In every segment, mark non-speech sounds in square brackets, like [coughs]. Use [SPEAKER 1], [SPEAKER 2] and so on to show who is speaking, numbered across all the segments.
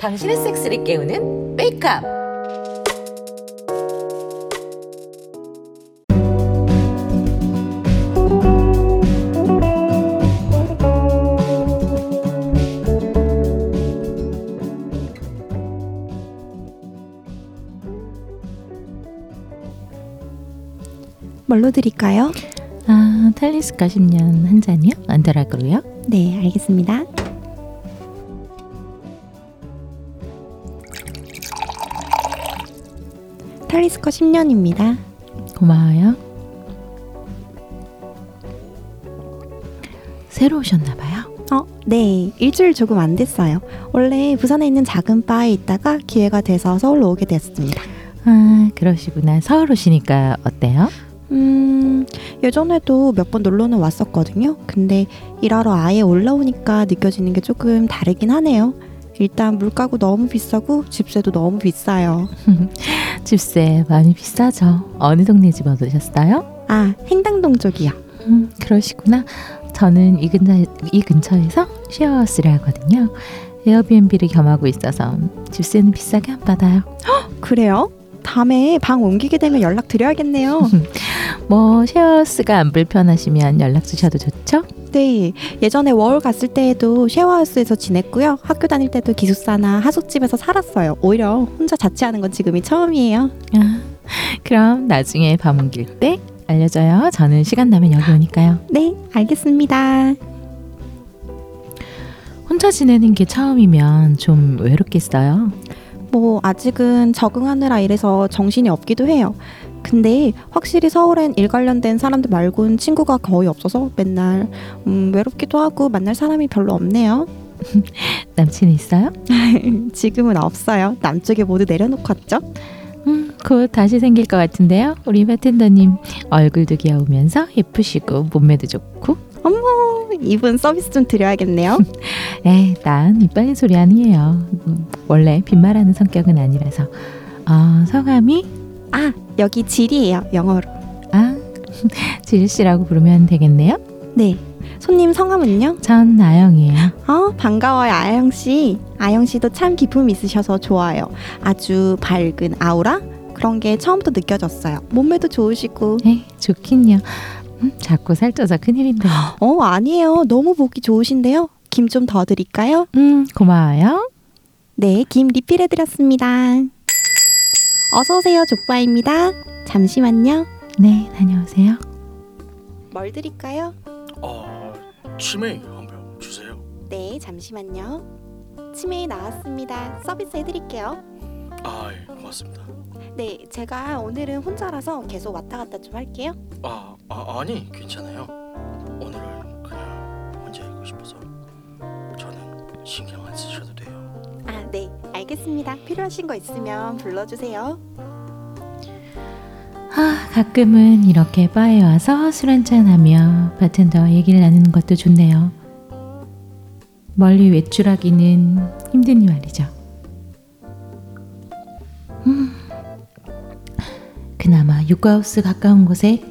[SPEAKER 1] 당신의 섹스를 깨우는 메이크업.
[SPEAKER 2] 뭘로 드릴까요?
[SPEAKER 3] 아, 탈리스 가십년 한 잔이요? 안드라그로요?
[SPEAKER 2] 네, 알겠습니다. 탈리스커 10년입니다.
[SPEAKER 3] 고마워요. 새로 오셨나 봐요.
[SPEAKER 2] 어, 네. 일주일 조금 안 됐어요. 원래 부산에 있는 작은 바에 있다가 기회가 돼서 서울로 오게 되었습니다.
[SPEAKER 3] 아, 그러시구나. 서울 오시니까 어때요?
[SPEAKER 2] 음, 예전에도 몇 번 놀러는 왔었거든요. 근데 일하러 아예 올라오니까 느껴지는 게 조금 다르긴 하네요. 일단 물가고 너무 비싸고 집세도 너무 비싸요.
[SPEAKER 3] 집세 많이 비싸죠. 어느 동네 집 얻으셨어요?
[SPEAKER 2] 아, 행당동 쪽이요.
[SPEAKER 3] 음, 그러시구나. 저는 이 근처 이 근처에서 쉐어하우스를 하거든요. 에어비앤비를 겸하고 있어서 집세는 비싸게 안 받아요.
[SPEAKER 2] 그래요? 다음에 방 옮기게 되면 연락 드려야겠네요.
[SPEAKER 3] 뭐 쉐어하우스가 안 불편하시면 연락 주셔도 좋죠.
[SPEAKER 2] 네. 예전에 워홀 갔을 때에도 쉐어하우스에서 지냈고요. 학교 다닐 때도 기숙사나 하숙집에서 살았어요. 오히려 혼자 자취하는 건 지금이 처음이에요.
[SPEAKER 3] 아, [laughs] 그럼 나중에 밤 옮길 때 알려줘요. 저는 시간 나면 여기 오니까요.
[SPEAKER 2] 네, 알겠습니다.
[SPEAKER 3] 혼자 지내는 게 처음이면 좀 외롭겠어요.
[SPEAKER 2] 뭐 아직은 적응하느라 이래서 정신이 없기도 해요. 근데 확실히 서울엔 일 관련된 사람들 말곤 친구가 거의 없어서 맨날 음, 외롭기도 하고 만날 사람이 별로 없네요.
[SPEAKER 3] 남친 있어요?
[SPEAKER 2] 지금은 없어요. 남쪽에 모두 내려놓고 왔죠.
[SPEAKER 3] 음, 곧 다시 생길 것 같은데요. 우리 바텐더님 얼굴도 귀여우면서 예쁘시고 몸매도 좋고.
[SPEAKER 2] 어머, 이분 서비스 좀 드려야겠네요.
[SPEAKER 3] 에이, 난이 빨린 소리 아니에요. 음, 원래 빈말하는 성격은 아니라서. 어, 성함이
[SPEAKER 2] 아, 여기 질이에요. 영어로.
[SPEAKER 3] 아 [laughs] 지일 씨라고 부르면 되겠네요.
[SPEAKER 2] 네. 손님 성함은요?
[SPEAKER 3] 전 나영이에요.
[SPEAKER 2] 아, 반가워요, 아영 씨. 아영 씨도 참 기품 있으셔서 좋아요. 아주 밝은 아우라? 그런 게 처음부터 느껴졌어요. 몸매도 좋으시고.
[SPEAKER 3] 에이, 네, 좋긴요. 음, 자꾸 살쪄서 큰일인데.
[SPEAKER 2] 어, 아니에요. 너무 보기 좋으신데요. 김 좀 더 드릴까요?
[SPEAKER 3] [gasps] 음, 고마워요.
[SPEAKER 2] 네, 김 리필해드렸습니다. 어서오세요, 족바입니다. 잠시만요.
[SPEAKER 3] 네, 다녀오세요.
[SPEAKER 2] 뭘 드릴까요?
[SPEAKER 4] 아, 치매 한 병 주세요.
[SPEAKER 2] 네, 잠시만요. 치매 나왔습니다. 서비스 해드릴게요.
[SPEAKER 4] 아, 예, 고맙습니다.
[SPEAKER 2] 네, 제가 오늘은 혼자라서 계속 왔다 갔다 좀 할게요.
[SPEAKER 4] 아, 아 아니 괜찮아요. 오늘은 그냥 혼자 있고 싶어서 저는 신경 안 쓰셔도 돼요.
[SPEAKER 2] 아, 네. 알겠습니다. 필요하신 거 있으면 불러주세요.
[SPEAKER 3] 아, 가끔은 이렇게 바에 와서 술 한잔하며 바텐더 얘기를 나누는 것도 좋네요. 멀리 외출하기는 힘든 말이죠. 음, 그나마 육가우스 가까운 곳에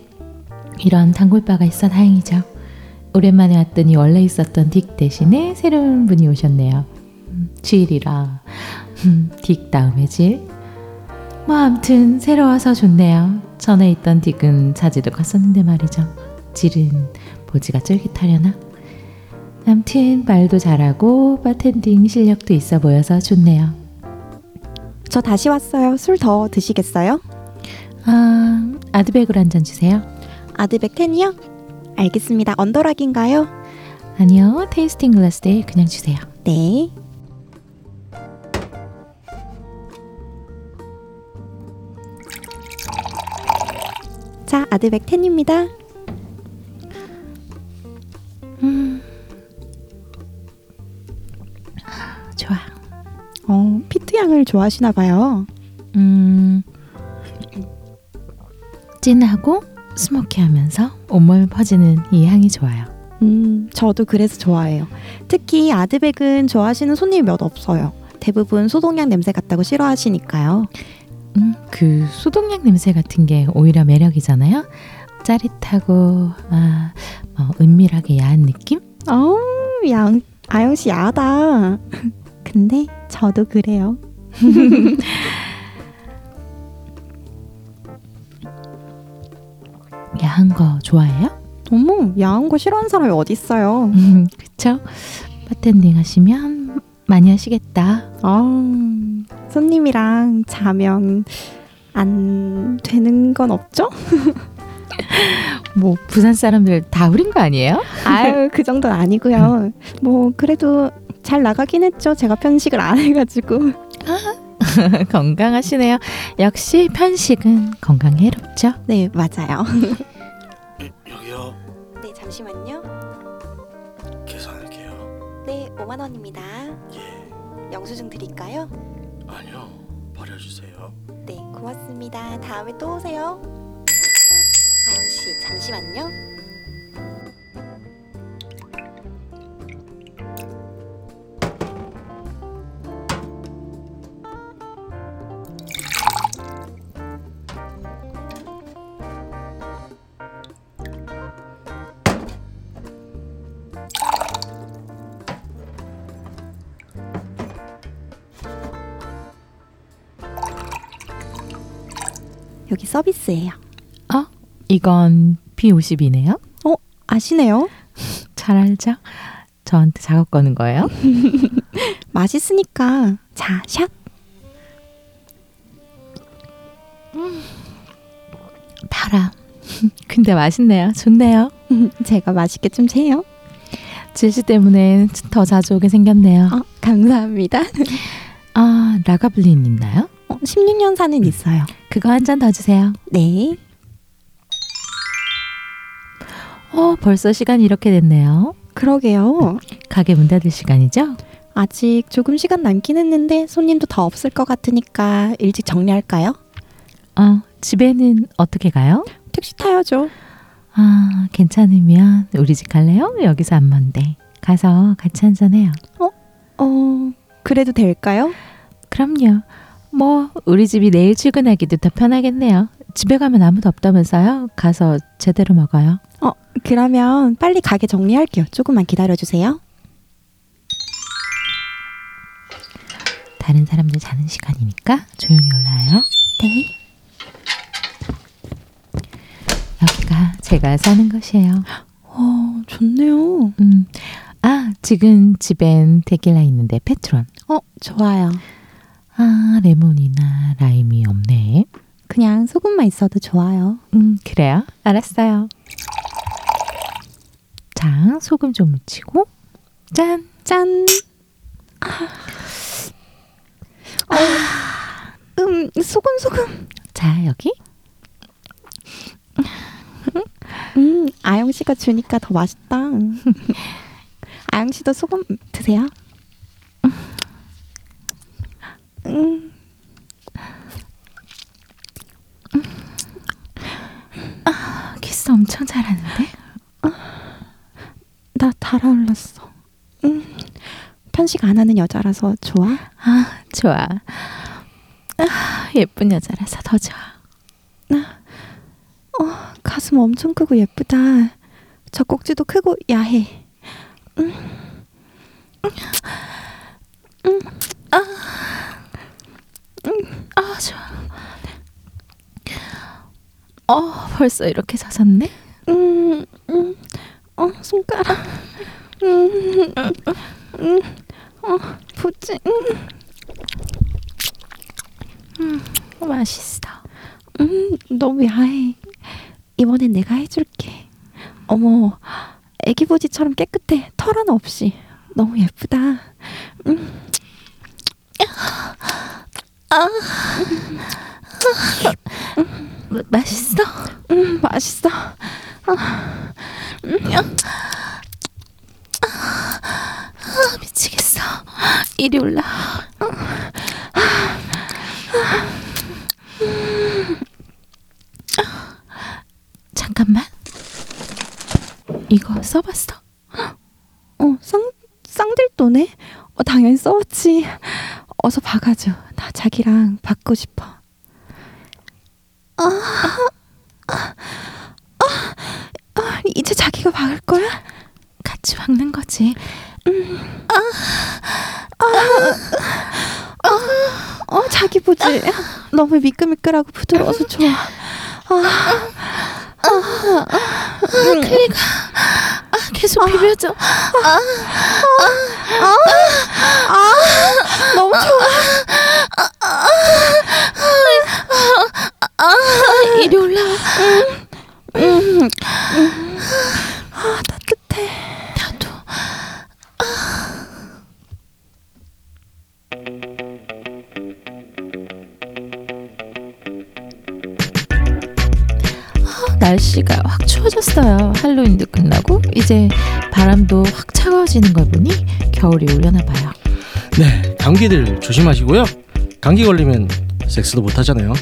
[SPEAKER 3] 이런 단골바가 있어 다행이죠. 오랜만에 왔더니 원래 있었던 딕 대신에 새로운 분이 오셨네요. 음, 질이라 음, 딕 다음에 질. 뭐 암튼 새로워서 좋네요. 전에 있던 딕은 자지도 갔었는데 말이죠. 질은 보지가 쫄깃하려나? 암튼 말도 잘하고 바텐딩 실력도 있어 보여서 좋네요.
[SPEAKER 2] 저 다시 왔어요. 술 더 드시겠어요?
[SPEAKER 3] 아 아드백으로 한 잔 주세요.
[SPEAKER 2] 아드백 텐이요? 알겠습니다. 언더락인가요?
[SPEAKER 3] 아니요 테이스팅 글라스에 그냥 주세요.
[SPEAKER 2] 네. 자, 아드백 텐입니다.
[SPEAKER 3] 음. 좋아.
[SPEAKER 2] 어, 피트향을 좋아하시나 봐요.
[SPEAKER 3] 음. 진하고 스모키하면서 온몸 퍼지는 이 향이 좋아요.
[SPEAKER 2] 음, 저도 그래서 좋아해요. 특히 아드백은 좋아하시는 손님이 몇 없어요. 대부분 소독약 냄새 같다고 싫어하시니까요.
[SPEAKER 3] 음, 그 소독약 냄새 같은 게 오히려 매력이잖아요. 짜릿하고 아, 뭐 은밀하게 야한 느낌?
[SPEAKER 2] 어우, 양, 아영 씨 야하다. [laughs] 근데 저도 그래요.
[SPEAKER 3] 야한 거 좋아해요?
[SPEAKER 2] 어머, 야한 거 싫어하는 사람이 어딨어요.
[SPEAKER 3] 음, 그쵸? 바텐딩 하시면 많이 하시겠다.
[SPEAKER 2] 아, 손님이랑 자면 안 되는 건 없죠?
[SPEAKER 3] 뭐 부산 사람들 다 우린 거 아니에요? [laughs]
[SPEAKER 2] [laughs] 아유, 그 정도는 아니고요. 뭐 그래도 잘 나가긴 했죠. 제가 편식을 안 해가지고. [laughs]
[SPEAKER 3] 건강하시네요. 역시 편식은 건강에 해롭죠.
[SPEAKER 2] 네, 맞아요.
[SPEAKER 4] 예, 여기요
[SPEAKER 2] 네, 잠시만요.
[SPEAKER 4] 계산할게요.
[SPEAKER 2] 네, 5만 원입니다.
[SPEAKER 4] 예
[SPEAKER 2] 영수증 드릴까요?
[SPEAKER 4] 아니요 버려주세요.
[SPEAKER 2] 네, 고맙습니다. 다음에 또 오세요. 아영 씨, 잠시만요. 여기 서비스예요.
[SPEAKER 3] 이건 B50이네요.
[SPEAKER 2] 아시네요?
[SPEAKER 3] 잘 알죠? 저한테 작업 거는 거예요?
[SPEAKER 2] 맛있으니까 자, 샷.
[SPEAKER 3] 달아. [laughs] 근데 맛있네요. 좋네요.
[SPEAKER 2] [laughs] 제가 맛있게 좀 재요.
[SPEAKER 3] 질시 때문에 더 자주 오게 생겼네요.
[SPEAKER 2] 어, 감사합니다.
[SPEAKER 3] 아, 라가블린 있나요?
[SPEAKER 2] 어, 16년 사는 있어요.
[SPEAKER 3] 그거 한 잔 더 주세요.
[SPEAKER 2] 네.
[SPEAKER 3] 어, 벌써 시간이 이렇게 됐네요.
[SPEAKER 2] 그러게요.
[SPEAKER 3] 가게 문 닫을 시간이죠?
[SPEAKER 2] 아직 조금 시간 남긴 했는데 손님도 더 없을 것 같으니까 일찍 정리할까요?
[SPEAKER 3] 어, 집에는 어떻게 가요?
[SPEAKER 2] 택시 타야죠.
[SPEAKER 3] 아, 괜찮으면 우리 집 갈래요? 여기서 안 먼데. 가서 같이 한잔해요.
[SPEAKER 2] 어, 그래도 될까요?
[SPEAKER 3] 그럼요. 뭐 우리 집이 내일 출근하기도 더 편하겠네요. 집에 가면 아무도 없다면서요? 가서 제대로 먹어요.
[SPEAKER 2] 그러면 빨리 가게 정리할게요. 조금만 기다려주세요.
[SPEAKER 3] 다른 사람들 자는 시간이니까 조용히 올라와요.
[SPEAKER 2] 네.
[SPEAKER 3] 여기가 제가 사는 곳이에요.
[SPEAKER 2] 어, 좋네요.
[SPEAKER 3] 음. 아, 지금 집엔 데킬라 있는데 페트론.
[SPEAKER 2] 어, 좋아요.
[SPEAKER 3] 아, 레몬이나 라임이 없네.
[SPEAKER 2] 그냥 소금만 있어도 좋아요.
[SPEAKER 3] 음, 그래요. 알았어요. 자, 소금 좀 묻히고 짠.
[SPEAKER 2] 짠. 아. 어, 음, 소금 소금.
[SPEAKER 3] 자, 여기.
[SPEAKER 2] 음, 아영 씨가 주니까 더 맛있다. [laughs] 아영 씨도 소금 드세요. 음.
[SPEAKER 3] 아, 키스 엄청 잘하는데.
[SPEAKER 2] 나 달아올랐어. 음. 편식 안 하는 여자라서 좋아?
[SPEAKER 3] 아, 좋아. 아, 예쁜 여자라서 더 좋아.
[SPEAKER 2] 어, 가슴 엄청 크고 예쁘다. 저 꼭지도 크고 야해.
[SPEAKER 3] 아, 좋아. 어, 벌써 이렇게 젖었네?
[SPEAKER 2] 음, 음, 어, 손가락. 음, 음, 어, 부지. 음,
[SPEAKER 3] 맛있어.
[SPEAKER 2] 음, 너무 야해. 이번엔 내가 해줄게. 어머, 애기 부지처럼 깨끗해. 털 하나 없이. 너무 예쁘다. 음.
[SPEAKER 3] 아. 마, 맛있어?
[SPEAKER 2] 음, 맛있어.
[SPEAKER 3] 아, 미치겠어. 이리 올라. 잠깐만. 이거 써봤어?
[SPEAKER 2] 어, 쌍, 쌍들도네? 어, 당연히 써왔지. 어서 박아줘. 나 자기랑 받고 싶어. 아, 아, 아, 아, 이제 아, 자기가 박을 거야?
[SPEAKER 3] 같이 같이 박는 거지.
[SPEAKER 2] 어 자기 보지 너무 미끌미끌하고 부드러워서 좋아 아,
[SPEAKER 3] 클리가 아, 계속 비벼줘.
[SPEAKER 2] 아, 아, 너무 좋아
[SPEAKER 3] 이리 올라와.
[SPEAKER 2] 아, 따뜻해
[SPEAKER 3] 나도. 날씨가 확 추워졌어요. 할로윈도 끝나고 이제 바람도 확 차가워지는 걸 보니 겨울이 오려나 봐요.
[SPEAKER 4] 네, 감기들 조심하시고요. 감기 걸리면 섹스도 못 하잖아요.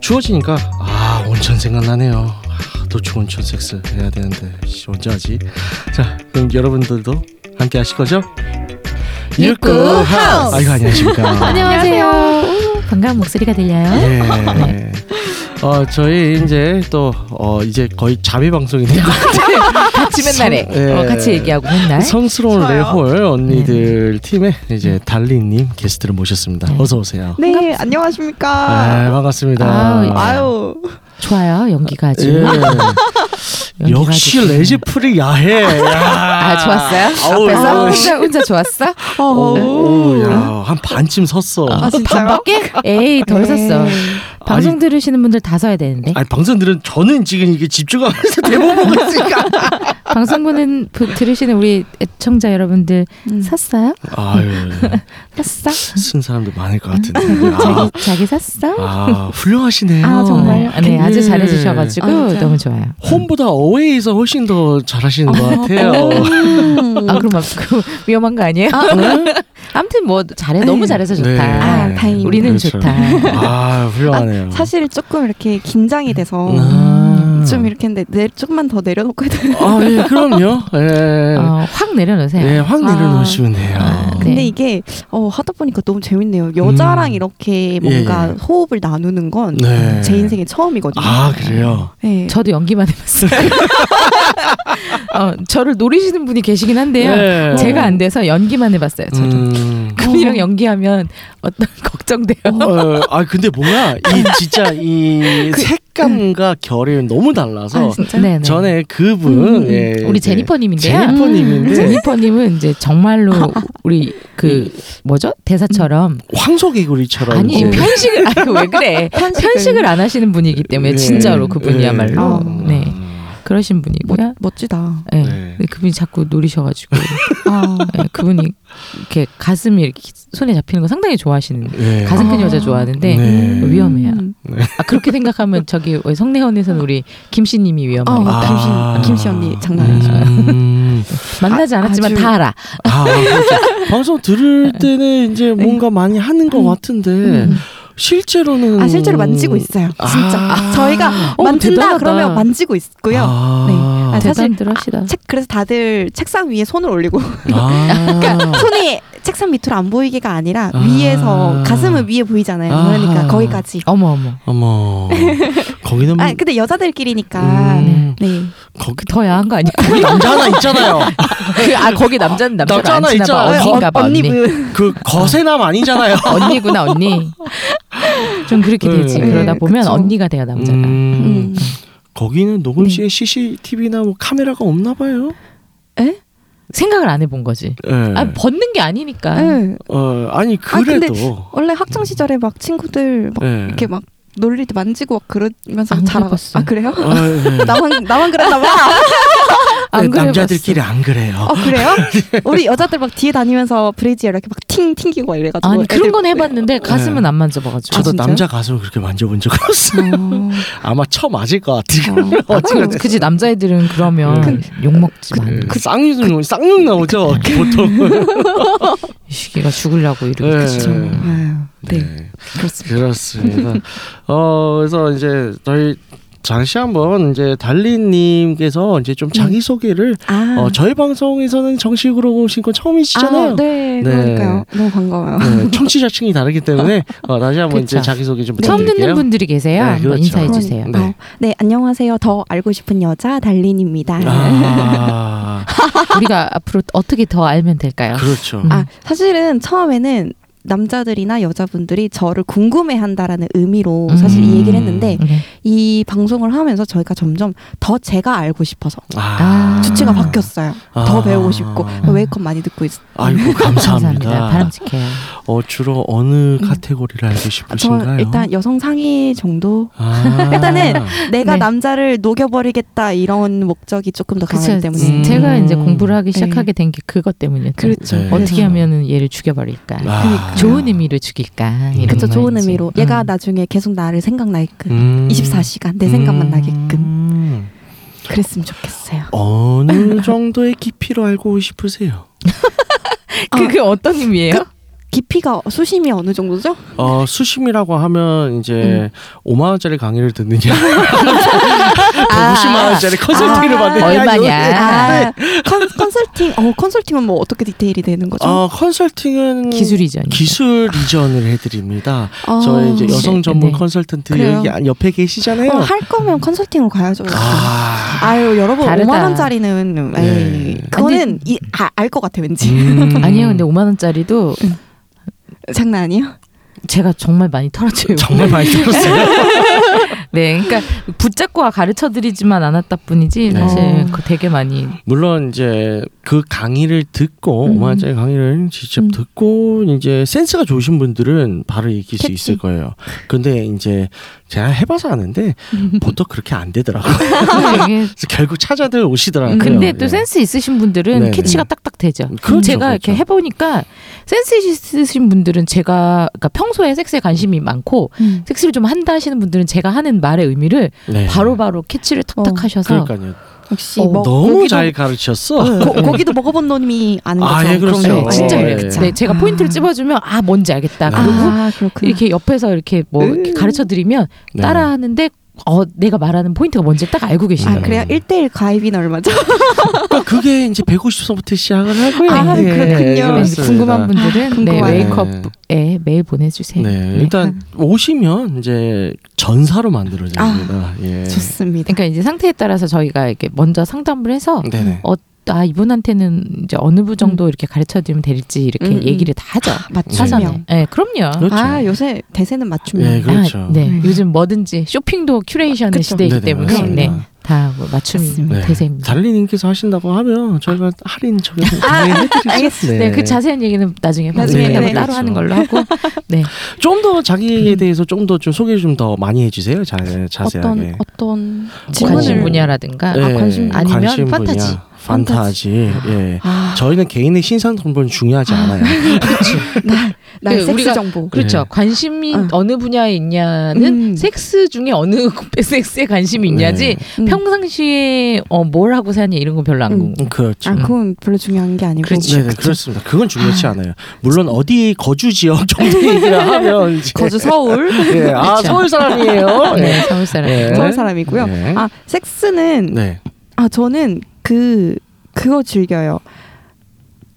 [SPEAKER 4] 추워지니까 아 온천 생각나네요. 아, 도추 온천 섹스 해야 되는데 씨, 언제 하지? 자, 그럼 여러분들도 함께 하실 거죠?
[SPEAKER 3] 육구 하우스. [laughs]
[SPEAKER 4] 아이고 안녕하십니까.
[SPEAKER 3] 안녕하세요. 네. 반가운 목소리가 들려요.
[SPEAKER 4] 예. 어 저희 이제 또 어 이제 거의 자비 방송이 된 것 같아요.
[SPEAKER 3] 같이 맨날에
[SPEAKER 4] 예.
[SPEAKER 3] 어, 같이 얘기하고 맨날.
[SPEAKER 4] [laughs] 성스러운
[SPEAKER 3] 네.
[SPEAKER 4] 레홀 언니들 팀에 이제 달리님 게스트를 모셨습니다.
[SPEAKER 3] 네.
[SPEAKER 4] 어서 오세요.
[SPEAKER 2] 네 안녕하십니까
[SPEAKER 4] 네, 반갑습니다.
[SPEAKER 3] 아유,
[SPEAKER 2] 아유
[SPEAKER 3] 좋아요 연기가 아주.
[SPEAKER 4] 예.
[SPEAKER 3] 연기가
[SPEAKER 4] 역시
[SPEAKER 3] 아주 좋네요.
[SPEAKER 4] 레지풀이 야해. 야.
[SPEAKER 3] 아 좋았어요?
[SPEAKER 4] 아우,
[SPEAKER 3] 앞에서
[SPEAKER 4] 아우, 씨. 어?
[SPEAKER 3] 혼자 혼자 좋았어?
[SPEAKER 4] 오, 오, 야, 한 반쯤 섰어.
[SPEAKER 3] 아,
[SPEAKER 2] 진짜요?
[SPEAKER 3] 반밖에? 에이 덜 샀어. 방송 들으시는 분들 다 서야 되는데
[SPEAKER 4] 아니 방송들은 저는 지금 이게 집중하면서 대본 보고 있으니까.
[SPEAKER 3] 아, 방송분은 부- 들으시는 우리 애청자 여러분들 샀어요?
[SPEAKER 4] 아유,
[SPEAKER 3] 샀어?
[SPEAKER 4] 쓴 사람도 많을 것
[SPEAKER 3] 음.
[SPEAKER 4] 같은데. 아,
[SPEAKER 3] 자기 자기 샀어?
[SPEAKER 4] 아 훌륭하시네요.
[SPEAKER 2] 아, 정말요?
[SPEAKER 3] 어, 네 아주
[SPEAKER 4] 예.
[SPEAKER 3] 잘해주셔가지고
[SPEAKER 2] 아, 진짜요?
[SPEAKER 3] 너무 좋아요.
[SPEAKER 4] 홈보다 어웨이에서 훨씬 더 잘하시는 것
[SPEAKER 3] 어.
[SPEAKER 4] 같아요.
[SPEAKER 3] 아 그럼 그 위험한 거 아니에요? [laughs] 아무튼 뭐 잘해 너무 [laughs] 잘해서 좋다.
[SPEAKER 4] 네.
[SPEAKER 2] 아, 다행이네요.
[SPEAKER 3] 우리는
[SPEAKER 4] 그렇죠.
[SPEAKER 3] 좋다.
[SPEAKER 4] 아, 훌륭하네요.
[SPEAKER 2] [laughs] 사실 조금 이렇게 긴장이 돼서
[SPEAKER 4] 아.
[SPEAKER 2] 좀 이렇게 했는데 내, 조금만 더 내려놓고 해도
[SPEAKER 4] 아, 예, 그럼요. 예.
[SPEAKER 3] 어, 확 내려놓으세요.
[SPEAKER 4] 예, 확 내려놓으시면 돼요.
[SPEAKER 3] 아, 네.
[SPEAKER 2] 근데 이게 어, 하다 보니까 너무 재밌네요. 여자랑
[SPEAKER 4] 음.
[SPEAKER 2] 이렇게 뭔가
[SPEAKER 4] 예, 예.
[SPEAKER 2] 호흡을 나누는 건 제
[SPEAKER 4] 네.
[SPEAKER 2] 인생에 처음이거든요.
[SPEAKER 4] 아, 그래요?
[SPEAKER 2] 네.
[SPEAKER 3] 저도 연기만 해봤어요. 어, 저를 노리시는 분이 계시긴 한데요.
[SPEAKER 4] 예.
[SPEAKER 3] 네. 제가 안 돼서 연기만 해봤어요. 저도.
[SPEAKER 4] 음.
[SPEAKER 3] 그분이랑 연기하면 어떤 [laughs] 걱정돼요.
[SPEAKER 4] 어, 아 근데 뭔가 이 진짜
[SPEAKER 3] [laughs]
[SPEAKER 4] 이 색감과 결이 너무 달라서
[SPEAKER 3] 그 아, 네네.
[SPEAKER 4] 전에 그분
[SPEAKER 2] 음.
[SPEAKER 4] 예,
[SPEAKER 3] 우리
[SPEAKER 4] 이제
[SPEAKER 3] 제니퍼님인데요. 음.
[SPEAKER 4] 제니퍼님인데
[SPEAKER 3] 제니퍼님은 이제 정말로 우리 그 뭐죠 대사처럼
[SPEAKER 4] 황소개구리처럼
[SPEAKER 3] 아니
[SPEAKER 4] 이제
[SPEAKER 3] 편식을 아니 왜 그래
[SPEAKER 2] 편식을-
[SPEAKER 3] 편식을 안 하시는 분이기 때문에
[SPEAKER 4] 예,
[SPEAKER 3] 진짜로
[SPEAKER 4] 예,
[SPEAKER 3] 그분이야말로
[SPEAKER 2] 아.
[SPEAKER 3] 네 그러신
[SPEAKER 2] 멋,
[SPEAKER 3] 분이고요.
[SPEAKER 2] 멋지다.
[SPEAKER 3] 네.
[SPEAKER 4] 네.
[SPEAKER 3] 근데 그분이 자꾸 노리셔가지고
[SPEAKER 2] 아,
[SPEAKER 3] 네, 그분이 이렇게 가슴이 이렇게 손에 잡히는 거 상당히 좋아하시는
[SPEAKER 4] 네.
[SPEAKER 3] 가슴 큰
[SPEAKER 2] 아.
[SPEAKER 3] 여자 좋아하는데
[SPEAKER 4] 네.
[SPEAKER 3] 음. 위험해요.
[SPEAKER 2] 음.
[SPEAKER 3] 아, 그렇게 생각하면 저기 왜 성내원에서는 우리 김씨님이
[SPEAKER 2] 어,
[SPEAKER 3] 위험하니까
[SPEAKER 4] 아.
[SPEAKER 2] 김씨, 김씨 언니 장난 아니죠.
[SPEAKER 4] 음.
[SPEAKER 3] 만나지 않았지만
[SPEAKER 2] 아주-
[SPEAKER 3] 다 알아.
[SPEAKER 4] 아, 그렇죠. 방송 들을 때는 이제 뭔가 많이 하는 것 같은데 실제로는
[SPEAKER 2] 아, 실제로 만지고 있어요.
[SPEAKER 4] 아.
[SPEAKER 2] 진짜. 저희가
[SPEAKER 3] 어,
[SPEAKER 2] 만진다
[SPEAKER 3] 대단하다.
[SPEAKER 2] 그러면 만지고 있고요.
[SPEAKER 4] 아.
[SPEAKER 2] 네. 아, 사실-
[SPEAKER 3] 대단들 하시다.
[SPEAKER 2] 책 그래서 다들 책상 위에 손을 올리고
[SPEAKER 4] 아.
[SPEAKER 2] 그러니까
[SPEAKER 3] 어.
[SPEAKER 2] 손이 책상 밑으로 안 보이게가 아니라
[SPEAKER 4] 아.
[SPEAKER 2] 위에서 가슴은 위에 보이잖아요. 그러니까
[SPEAKER 4] 아하.
[SPEAKER 2] 거기까지.
[SPEAKER 3] 어머 어머.
[SPEAKER 4] 어머 거기는 뭐
[SPEAKER 2] 아 근데 여자들끼리니까
[SPEAKER 4] 음.
[SPEAKER 2] 네.
[SPEAKER 4] 거기
[SPEAKER 3] 더 야한 거 아니야?
[SPEAKER 4] 거기 남자 하나 있잖아요.
[SPEAKER 3] [laughs] 그, 아 거기 남자는 남자
[SPEAKER 4] 남자
[SPEAKER 3] 안
[SPEAKER 4] 하나
[SPEAKER 3] 치나 봐.
[SPEAKER 4] 있잖아.
[SPEAKER 3] 언니인가 봐 언니.
[SPEAKER 2] 분.
[SPEAKER 4] 그 거세남 아니잖아요.
[SPEAKER 3] 언니구나 언니. 좀 그렇게
[SPEAKER 4] 네.
[SPEAKER 3] 되지.
[SPEAKER 4] 네,
[SPEAKER 3] 그러다 보면
[SPEAKER 2] 그쵸.
[SPEAKER 3] 언니가 돼요 남자가.
[SPEAKER 4] 음,
[SPEAKER 2] 음.
[SPEAKER 4] 거기는 녹음실에 CCTV나 뭐 카메라가 없나 봐요.
[SPEAKER 3] 생각을 안 해본 거지.
[SPEAKER 4] 예.
[SPEAKER 3] 아 벗는 게 아니니까.
[SPEAKER 2] 네.
[SPEAKER 4] 어, 아니
[SPEAKER 2] 근데
[SPEAKER 4] 그래도
[SPEAKER 2] 원래 학창 시절에 막 친구들 막
[SPEAKER 4] 예.
[SPEAKER 2] 이렇게 막 놀릴 때 만지고 막 그러면서
[SPEAKER 3] 네. 안
[SPEAKER 2] 자라갔어.
[SPEAKER 3] 해봤어요.
[SPEAKER 2] 아 그래요? 그러니까
[SPEAKER 4] 어, 예.
[SPEAKER 2] 나만 나만 그랬나 봐.
[SPEAKER 3] 안 그래봤어.
[SPEAKER 4] 남자들끼리 안 그래요.
[SPEAKER 2] 어 그래요? 우리 여자들 막 뒤에 다니면서 브레이지에 이렇게 막 팅 튕기고 막 이래가지고.
[SPEAKER 3] 아니 그런
[SPEAKER 2] 애들-
[SPEAKER 3] 건 해봤는데 가슴은 안 만져봐가지고.
[SPEAKER 4] 저도
[SPEAKER 2] 아, 진짜요?
[SPEAKER 4] 남자 가슴을 그렇게 만져본 적 없어요.
[SPEAKER 2] 어.
[SPEAKER 4] [laughs] 아마 처 맞을 것 같아요. 어,
[SPEAKER 3] 아, 그, 그지 남자애들은 네. 그러면 욕 먹지만
[SPEAKER 4] 그 쌍욕 쌍욕 나오죠 네, 보통. [laughs]
[SPEAKER 3] 이 시기가 죽으려고 음. 이렇게
[SPEAKER 4] 네.
[SPEAKER 3] 그치? 네.
[SPEAKER 2] 아유, 네. 아, 그렇습니다.
[SPEAKER 4] 그렇습니다. 어 그래서 이제 저희 잠시 한번 이제 달리님께서 이제 좀 자기 소개를
[SPEAKER 2] 아,
[SPEAKER 4] 어, 저희 방송에서는 정식으로 오신 건 처음이시잖아요.
[SPEAKER 2] 아, 네,
[SPEAKER 4] 네.
[SPEAKER 2] 그러니까요. 너무 반가워요.
[SPEAKER 4] 네, 청취자층이 다르기 때문에 어, 다시 한번 이제
[SPEAKER 3] 그쵸.
[SPEAKER 4] 자기 소개 좀
[SPEAKER 3] 처음
[SPEAKER 4] 부탁드릴게요.
[SPEAKER 3] 듣는 분들이 계세요.
[SPEAKER 4] 네,
[SPEAKER 3] 한번
[SPEAKER 4] 그렇죠.
[SPEAKER 3] 인사해 주세요.
[SPEAKER 2] [laughs]
[SPEAKER 4] 네.
[SPEAKER 2] 어, 네, 안녕하세요. 더 알고 싶은 여자 달린입니다.
[SPEAKER 4] 아,
[SPEAKER 3] 우리가 앞으로 어떻게 더 알면 될까요?
[SPEAKER 4] 그렇죠.
[SPEAKER 3] 음.
[SPEAKER 2] 아, 사실은 처음에는 남자들이나 여자분들이 저를 궁금해한다라는 의미로 사실
[SPEAKER 3] 음.
[SPEAKER 2] 이 얘기를 했는데
[SPEAKER 3] 네.
[SPEAKER 2] 이 방송을 하면서 저희가 점점 더 제가 알고 싶어서
[SPEAKER 3] 아.
[SPEAKER 2] 주체가 바뀌었어요. 더 배우고 싶고 웨이컴 많이 듣고 있어요.
[SPEAKER 4] 아. 아이고 감사합니다.
[SPEAKER 3] 바람직해요.
[SPEAKER 4] 어, 주로 어느 카테고리를 알고 싶으신가요?
[SPEAKER 2] 저 음. 아, 일단 여성 상위 정도
[SPEAKER 4] 아.
[SPEAKER 2] 일단은 내가
[SPEAKER 3] 네.
[SPEAKER 2] 남자를 녹여버리겠다 이런 목적이 조금 더 강하기
[SPEAKER 3] 그쵸.
[SPEAKER 2] 때문에
[SPEAKER 4] 음.
[SPEAKER 3] 제가 이제
[SPEAKER 4] 음.
[SPEAKER 3] 공부를 하기
[SPEAKER 2] 네.
[SPEAKER 3] 시작하게 된 게 그것 때문이었죠.
[SPEAKER 2] 그렇죠.
[SPEAKER 4] 네.
[SPEAKER 3] 어떻게
[SPEAKER 2] 그래서-
[SPEAKER 3] 하면은 얘를 죽여버릴까?
[SPEAKER 2] 그
[SPEAKER 4] 아.
[SPEAKER 3] 좋은 의미로 죽일까? 이런
[SPEAKER 2] 그쵸 좋은
[SPEAKER 3] 말이지.
[SPEAKER 2] 의미로 얘가
[SPEAKER 3] 음.
[SPEAKER 2] 나중에 계속 나를 생각나게끔
[SPEAKER 4] 음.
[SPEAKER 2] 24시간 내 생각만
[SPEAKER 4] 음.
[SPEAKER 2] 나게끔 그랬으면 좋겠어요.
[SPEAKER 4] 어느 [laughs] 정도의 깊이로 알고 싶으세요?
[SPEAKER 3] 그게 어떤 의미예요?
[SPEAKER 2] 깊이가 수심이 어느 정도죠?
[SPEAKER 4] 어, 수심이라고 하면
[SPEAKER 2] 음.
[SPEAKER 4] 이제 5만 원짜리
[SPEAKER 2] [laughs]
[SPEAKER 4] 강의를 듣느냐, 50만 원짜리 컨설팅을
[SPEAKER 2] 아.
[SPEAKER 4] 받느냐, 네.
[SPEAKER 3] 얼마냐?
[SPEAKER 2] 아, 컨, 컨설팅 어 컨설팅은 뭐 어떻게 디테일이 되는 거죠?
[SPEAKER 4] 어,
[SPEAKER 2] 음.
[SPEAKER 4] 컨설팅은
[SPEAKER 3] 기술 이전.
[SPEAKER 4] 기술 이전을 해드립니다.
[SPEAKER 2] 어,
[SPEAKER 4] 저희 이제 여성 전문
[SPEAKER 3] 네.
[SPEAKER 4] 컨설턴트
[SPEAKER 2] 그래요?
[SPEAKER 4] 여기 안- 옆에 계시잖아요.
[SPEAKER 2] 어, 할 거면 컨설팅으로 가야죠.
[SPEAKER 4] 아,
[SPEAKER 2] 아유 여러분
[SPEAKER 3] 다르다.
[SPEAKER 2] 5만 원짜리는 에이,
[SPEAKER 4] 네.
[SPEAKER 2] 그거는 이- 아, 알것 같아 왠지
[SPEAKER 4] 음.
[SPEAKER 3] 아니에요. 근데 5만 원짜리도
[SPEAKER 2] 음. [laughs] 장난 아니에요?
[SPEAKER 3] 제가 정말 많이 털었어요.
[SPEAKER 4] 정말 많이
[SPEAKER 3] [laughs]
[SPEAKER 4] 들었어요.
[SPEAKER 3] 네, 그러니까 붙잡고 가르쳐 드리지만 않았다 뿐이지
[SPEAKER 4] 네.
[SPEAKER 3] 사실
[SPEAKER 2] 어.
[SPEAKER 3] 그거 되게 많이 네.
[SPEAKER 4] 물론 이제 그 강의를 듣고
[SPEAKER 3] 음.
[SPEAKER 4] 5만 원짜리 강의를 직접
[SPEAKER 3] 음.
[SPEAKER 4] 듣고 이제 센스가 좋으신 분들은 바로 익힐 수
[SPEAKER 2] 그치.
[SPEAKER 4] 있을 거예요. 근데 이제 제가
[SPEAKER 3] [laughs]
[SPEAKER 4] 해봐서 아는데 보통 그렇게 안 되더라고. 요
[SPEAKER 2] 아.
[SPEAKER 3] 이게
[SPEAKER 4] 결국 찾아들 오시더라고요.
[SPEAKER 3] 근데 또
[SPEAKER 4] 예.
[SPEAKER 3] 센스 있으신 분들은
[SPEAKER 4] 네네.
[SPEAKER 3] 캐치가 딱딱 되죠.
[SPEAKER 4] 그렇죠,
[SPEAKER 3] 제가 이렇게
[SPEAKER 4] 그렇죠.
[SPEAKER 3] 해보니까 센스 있으신 분들은 제가 그러니까 평소에 섹스에 관심이 많고
[SPEAKER 2] 음.
[SPEAKER 3] 섹스를 좀 한다 하시는 분들은 제가 하는 말의 의미를
[SPEAKER 4] 네.
[SPEAKER 3] 바로바로 캐치를 탁탁
[SPEAKER 2] 어,
[SPEAKER 3] 하셔서
[SPEAKER 4] 그러니까요.
[SPEAKER 2] 역시
[SPEAKER 3] 어,
[SPEAKER 2] 뭐
[SPEAKER 4] 너무
[SPEAKER 2] 고기도-
[SPEAKER 4] 잘 가르쳤어.
[SPEAKER 2] 고, 고기도 먹어본 놈이 아는 거죠.
[SPEAKER 4] 아, 예, 그렇죠.
[SPEAKER 2] 그런
[SPEAKER 3] 네,
[SPEAKER 2] 거.
[SPEAKER 3] 진짜
[SPEAKER 2] 예,
[SPEAKER 3] 그래요.
[SPEAKER 4] 그쵸.
[SPEAKER 3] 네, 제가 포인트를 찝어주면 아 뭔지 알겠다.
[SPEAKER 4] 아,
[SPEAKER 3] 그리고
[SPEAKER 2] 아, 그렇구나.
[SPEAKER 3] 이렇게 옆에서 이렇게 뭐 이렇게
[SPEAKER 2] 음.
[SPEAKER 3] 가르쳐 드리면
[SPEAKER 4] 네.
[SPEAKER 3] 따라 하는데 어 내가 말하는 포인트가 뭔지 딱 알고 계시더라고요.
[SPEAKER 4] 예.
[SPEAKER 2] 아, 그래요? 1대1 가입인 얼마죠?
[SPEAKER 4] 그러니까 그게 이제 150서부터 시작을 하고요.
[SPEAKER 2] 아,
[SPEAKER 4] 예,
[SPEAKER 2] 그렇군요.
[SPEAKER 3] 그래서
[SPEAKER 4] 그렇습니다.
[SPEAKER 3] 네. 궁금한 분들은
[SPEAKER 2] 아,
[SPEAKER 3] 네,
[SPEAKER 2] 궁금하네요.
[SPEAKER 3] 웨이크업에 메일 보내주세요.
[SPEAKER 4] 네, 일단 오시면 이제 전사로 만들어집니다.
[SPEAKER 3] 아,
[SPEAKER 2] [laughs]
[SPEAKER 4] 예.
[SPEAKER 2] 좋습니다.
[SPEAKER 3] 그러니까 이제 상태에 따라서 저희가 이렇게 먼저 상담을 해서
[SPEAKER 4] 네네.
[SPEAKER 3] 아 이분한테는 이제 어느 부 정도 이렇게 가르쳐 드리면 될지 이렇게
[SPEAKER 2] 음, 음.
[SPEAKER 3] 얘기를 다 하죠. 사전에.
[SPEAKER 2] 맞춤형.
[SPEAKER 3] 네, 그럼요.
[SPEAKER 4] 그렇죠.
[SPEAKER 2] 아, 요새 대세는 맞춤형.
[SPEAKER 4] 예, 그렇죠. 아,
[SPEAKER 3] 아, 네,
[SPEAKER 2] 음.
[SPEAKER 3] 요즘 뭐든지 쇼핑도 큐레이션의
[SPEAKER 2] 그쵸.
[SPEAKER 3] 시대이기
[SPEAKER 4] 네네,
[SPEAKER 3] 때문에
[SPEAKER 4] 맞습니다. 네.
[SPEAKER 3] 네, 다뭐 맞춤이
[SPEAKER 2] 맞습니다.
[SPEAKER 3] 대세입니다. 아,
[SPEAKER 4] 달리님께서 하신다고 하면 저희가 할인 저기 해드리죠.
[SPEAKER 3] 네, 그 자세한 얘기는 나중에
[SPEAKER 2] 나중에,
[SPEAKER 3] 방송에
[SPEAKER 2] 네.
[SPEAKER 3] 따로
[SPEAKER 4] 그렇죠.
[SPEAKER 3] 하는 걸로 하고 네,
[SPEAKER 4] 좀더 자기에 대해서 좀 더 좀 소개 좀 더 많이 해주세요. 자, 자세하게.
[SPEAKER 2] 어떤 어떤
[SPEAKER 3] 관심
[SPEAKER 2] 질문을
[SPEAKER 3] 분야라든가
[SPEAKER 4] 예,
[SPEAKER 3] 아, 관심 아니면
[SPEAKER 4] 관심 분야. 네.
[SPEAKER 3] 판타지.
[SPEAKER 4] 판타지. 예.
[SPEAKER 2] 아,
[SPEAKER 4] 저희는 개인의 신상 정보는 중요하지 않아요.
[SPEAKER 2] [laughs] 나
[SPEAKER 3] 그
[SPEAKER 2] 섹스
[SPEAKER 3] 우리가-
[SPEAKER 2] 정보.
[SPEAKER 3] 그렇죠.
[SPEAKER 4] 네.
[SPEAKER 3] 관심이
[SPEAKER 2] 어.
[SPEAKER 3] 어느 분야에 있냐는
[SPEAKER 2] 음.
[SPEAKER 3] 섹스 중에 어느 [laughs] 섹스에 관심이 있냐지
[SPEAKER 2] 음.
[SPEAKER 3] 평상시에 어, 뭘 하고 사냐 이런 건 별로 안
[SPEAKER 2] 음.
[SPEAKER 3] 궁금해.
[SPEAKER 4] 음, 그렇죠.
[SPEAKER 2] 아, 그건 별로 중요한 게 아니고.
[SPEAKER 4] 그렇죠. 네네, 그렇습니다. 그건 중요치 않아요. 물론 어디 거주 지역 [laughs] 정도 얘기를
[SPEAKER 3] [laughs]
[SPEAKER 4] 하면 이제
[SPEAKER 2] 거주 서울,
[SPEAKER 4] 예, 아
[SPEAKER 3] 그렇죠.
[SPEAKER 4] 서울
[SPEAKER 2] 어,
[SPEAKER 4] 사람이에요.
[SPEAKER 3] 네, 서울 사람.
[SPEAKER 2] [laughs]
[SPEAKER 4] 네.
[SPEAKER 2] 서울 사람이고요.
[SPEAKER 4] 네.
[SPEAKER 2] 아, 섹스는
[SPEAKER 4] 네.
[SPEAKER 2] 아, 저는 그 그거 즐겨요.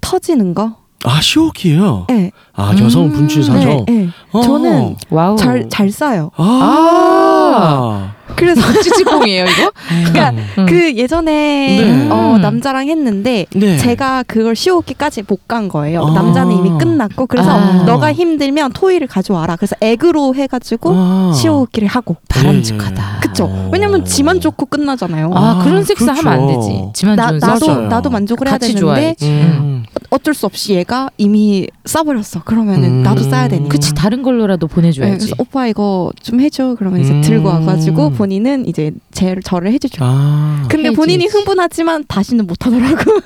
[SPEAKER 2] 터지는 거?
[SPEAKER 4] 아 쇼키요.
[SPEAKER 2] 예. 네,
[SPEAKER 4] 아 여성 분출 사정.
[SPEAKER 2] 네, 네.
[SPEAKER 4] 어.
[SPEAKER 2] 저는
[SPEAKER 3] 와우.
[SPEAKER 2] 잘, 잘
[SPEAKER 4] [laughs]
[SPEAKER 2] 싸요.
[SPEAKER 4] 아.
[SPEAKER 2] 그래서
[SPEAKER 3] 찌찌뽕이에요 이거?
[SPEAKER 2] 그러니까
[SPEAKER 3] 음.
[SPEAKER 2] [laughs] 그 예전에
[SPEAKER 4] 네.
[SPEAKER 2] 어, 남자랑 했는데
[SPEAKER 4] 네.
[SPEAKER 2] 제가 그걸 시오키까지 못 간 거예요.
[SPEAKER 4] 아.
[SPEAKER 2] 남자는 이미 끝났고 그래서
[SPEAKER 3] 아.
[SPEAKER 2] 너가 힘들면 토이를 가져와라. 그래서 에그로 해가지고
[SPEAKER 4] 아.
[SPEAKER 2] 시오키를 하고.
[SPEAKER 3] 바람직하다.
[SPEAKER 2] 그쵸?
[SPEAKER 4] 어.
[SPEAKER 2] 왜냐면 지만 좋고 끝나잖아요.
[SPEAKER 3] 아,
[SPEAKER 4] 아,
[SPEAKER 3] 그런 섹스 하면 안
[SPEAKER 4] 그렇죠.
[SPEAKER 3] 되지. 지만
[SPEAKER 2] 나,
[SPEAKER 3] 좋은
[SPEAKER 2] 나도
[SPEAKER 4] 맞아요.
[SPEAKER 2] 나도 만족을 해야
[SPEAKER 3] 같이
[SPEAKER 2] 되는데
[SPEAKER 3] 좋아야지.
[SPEAKER 4] 음.
[SPEAKER 2] 어쩔 수 없이 얘가 이미 싸버렸어. 그러면은
[SPEAKER 4] 음.
[SPEAKER 2] 나도 싸야 되니까.
[SPEAKER 4] 그치.
[SPEAKER 3] 그치 다른 걸로라도
[SPEAKER 2] 네,
[SPEAKER 3] 보내줘야지.
[SPEAKER 2] 그래서 오빠 이거 좀 해줘. 그러면 이제
[SPEAKER 4] 음.
[SPEAKER 2] 들고 와가지고 본인은 이제 제 저를 해주죠.
[SPEAKER 4] 아.
[SPEAKER 2] 근데
[SPEAKER 3] 해야지.
[SPEAKER 2] 본인이 흥분하지만 다시는 못하더라고.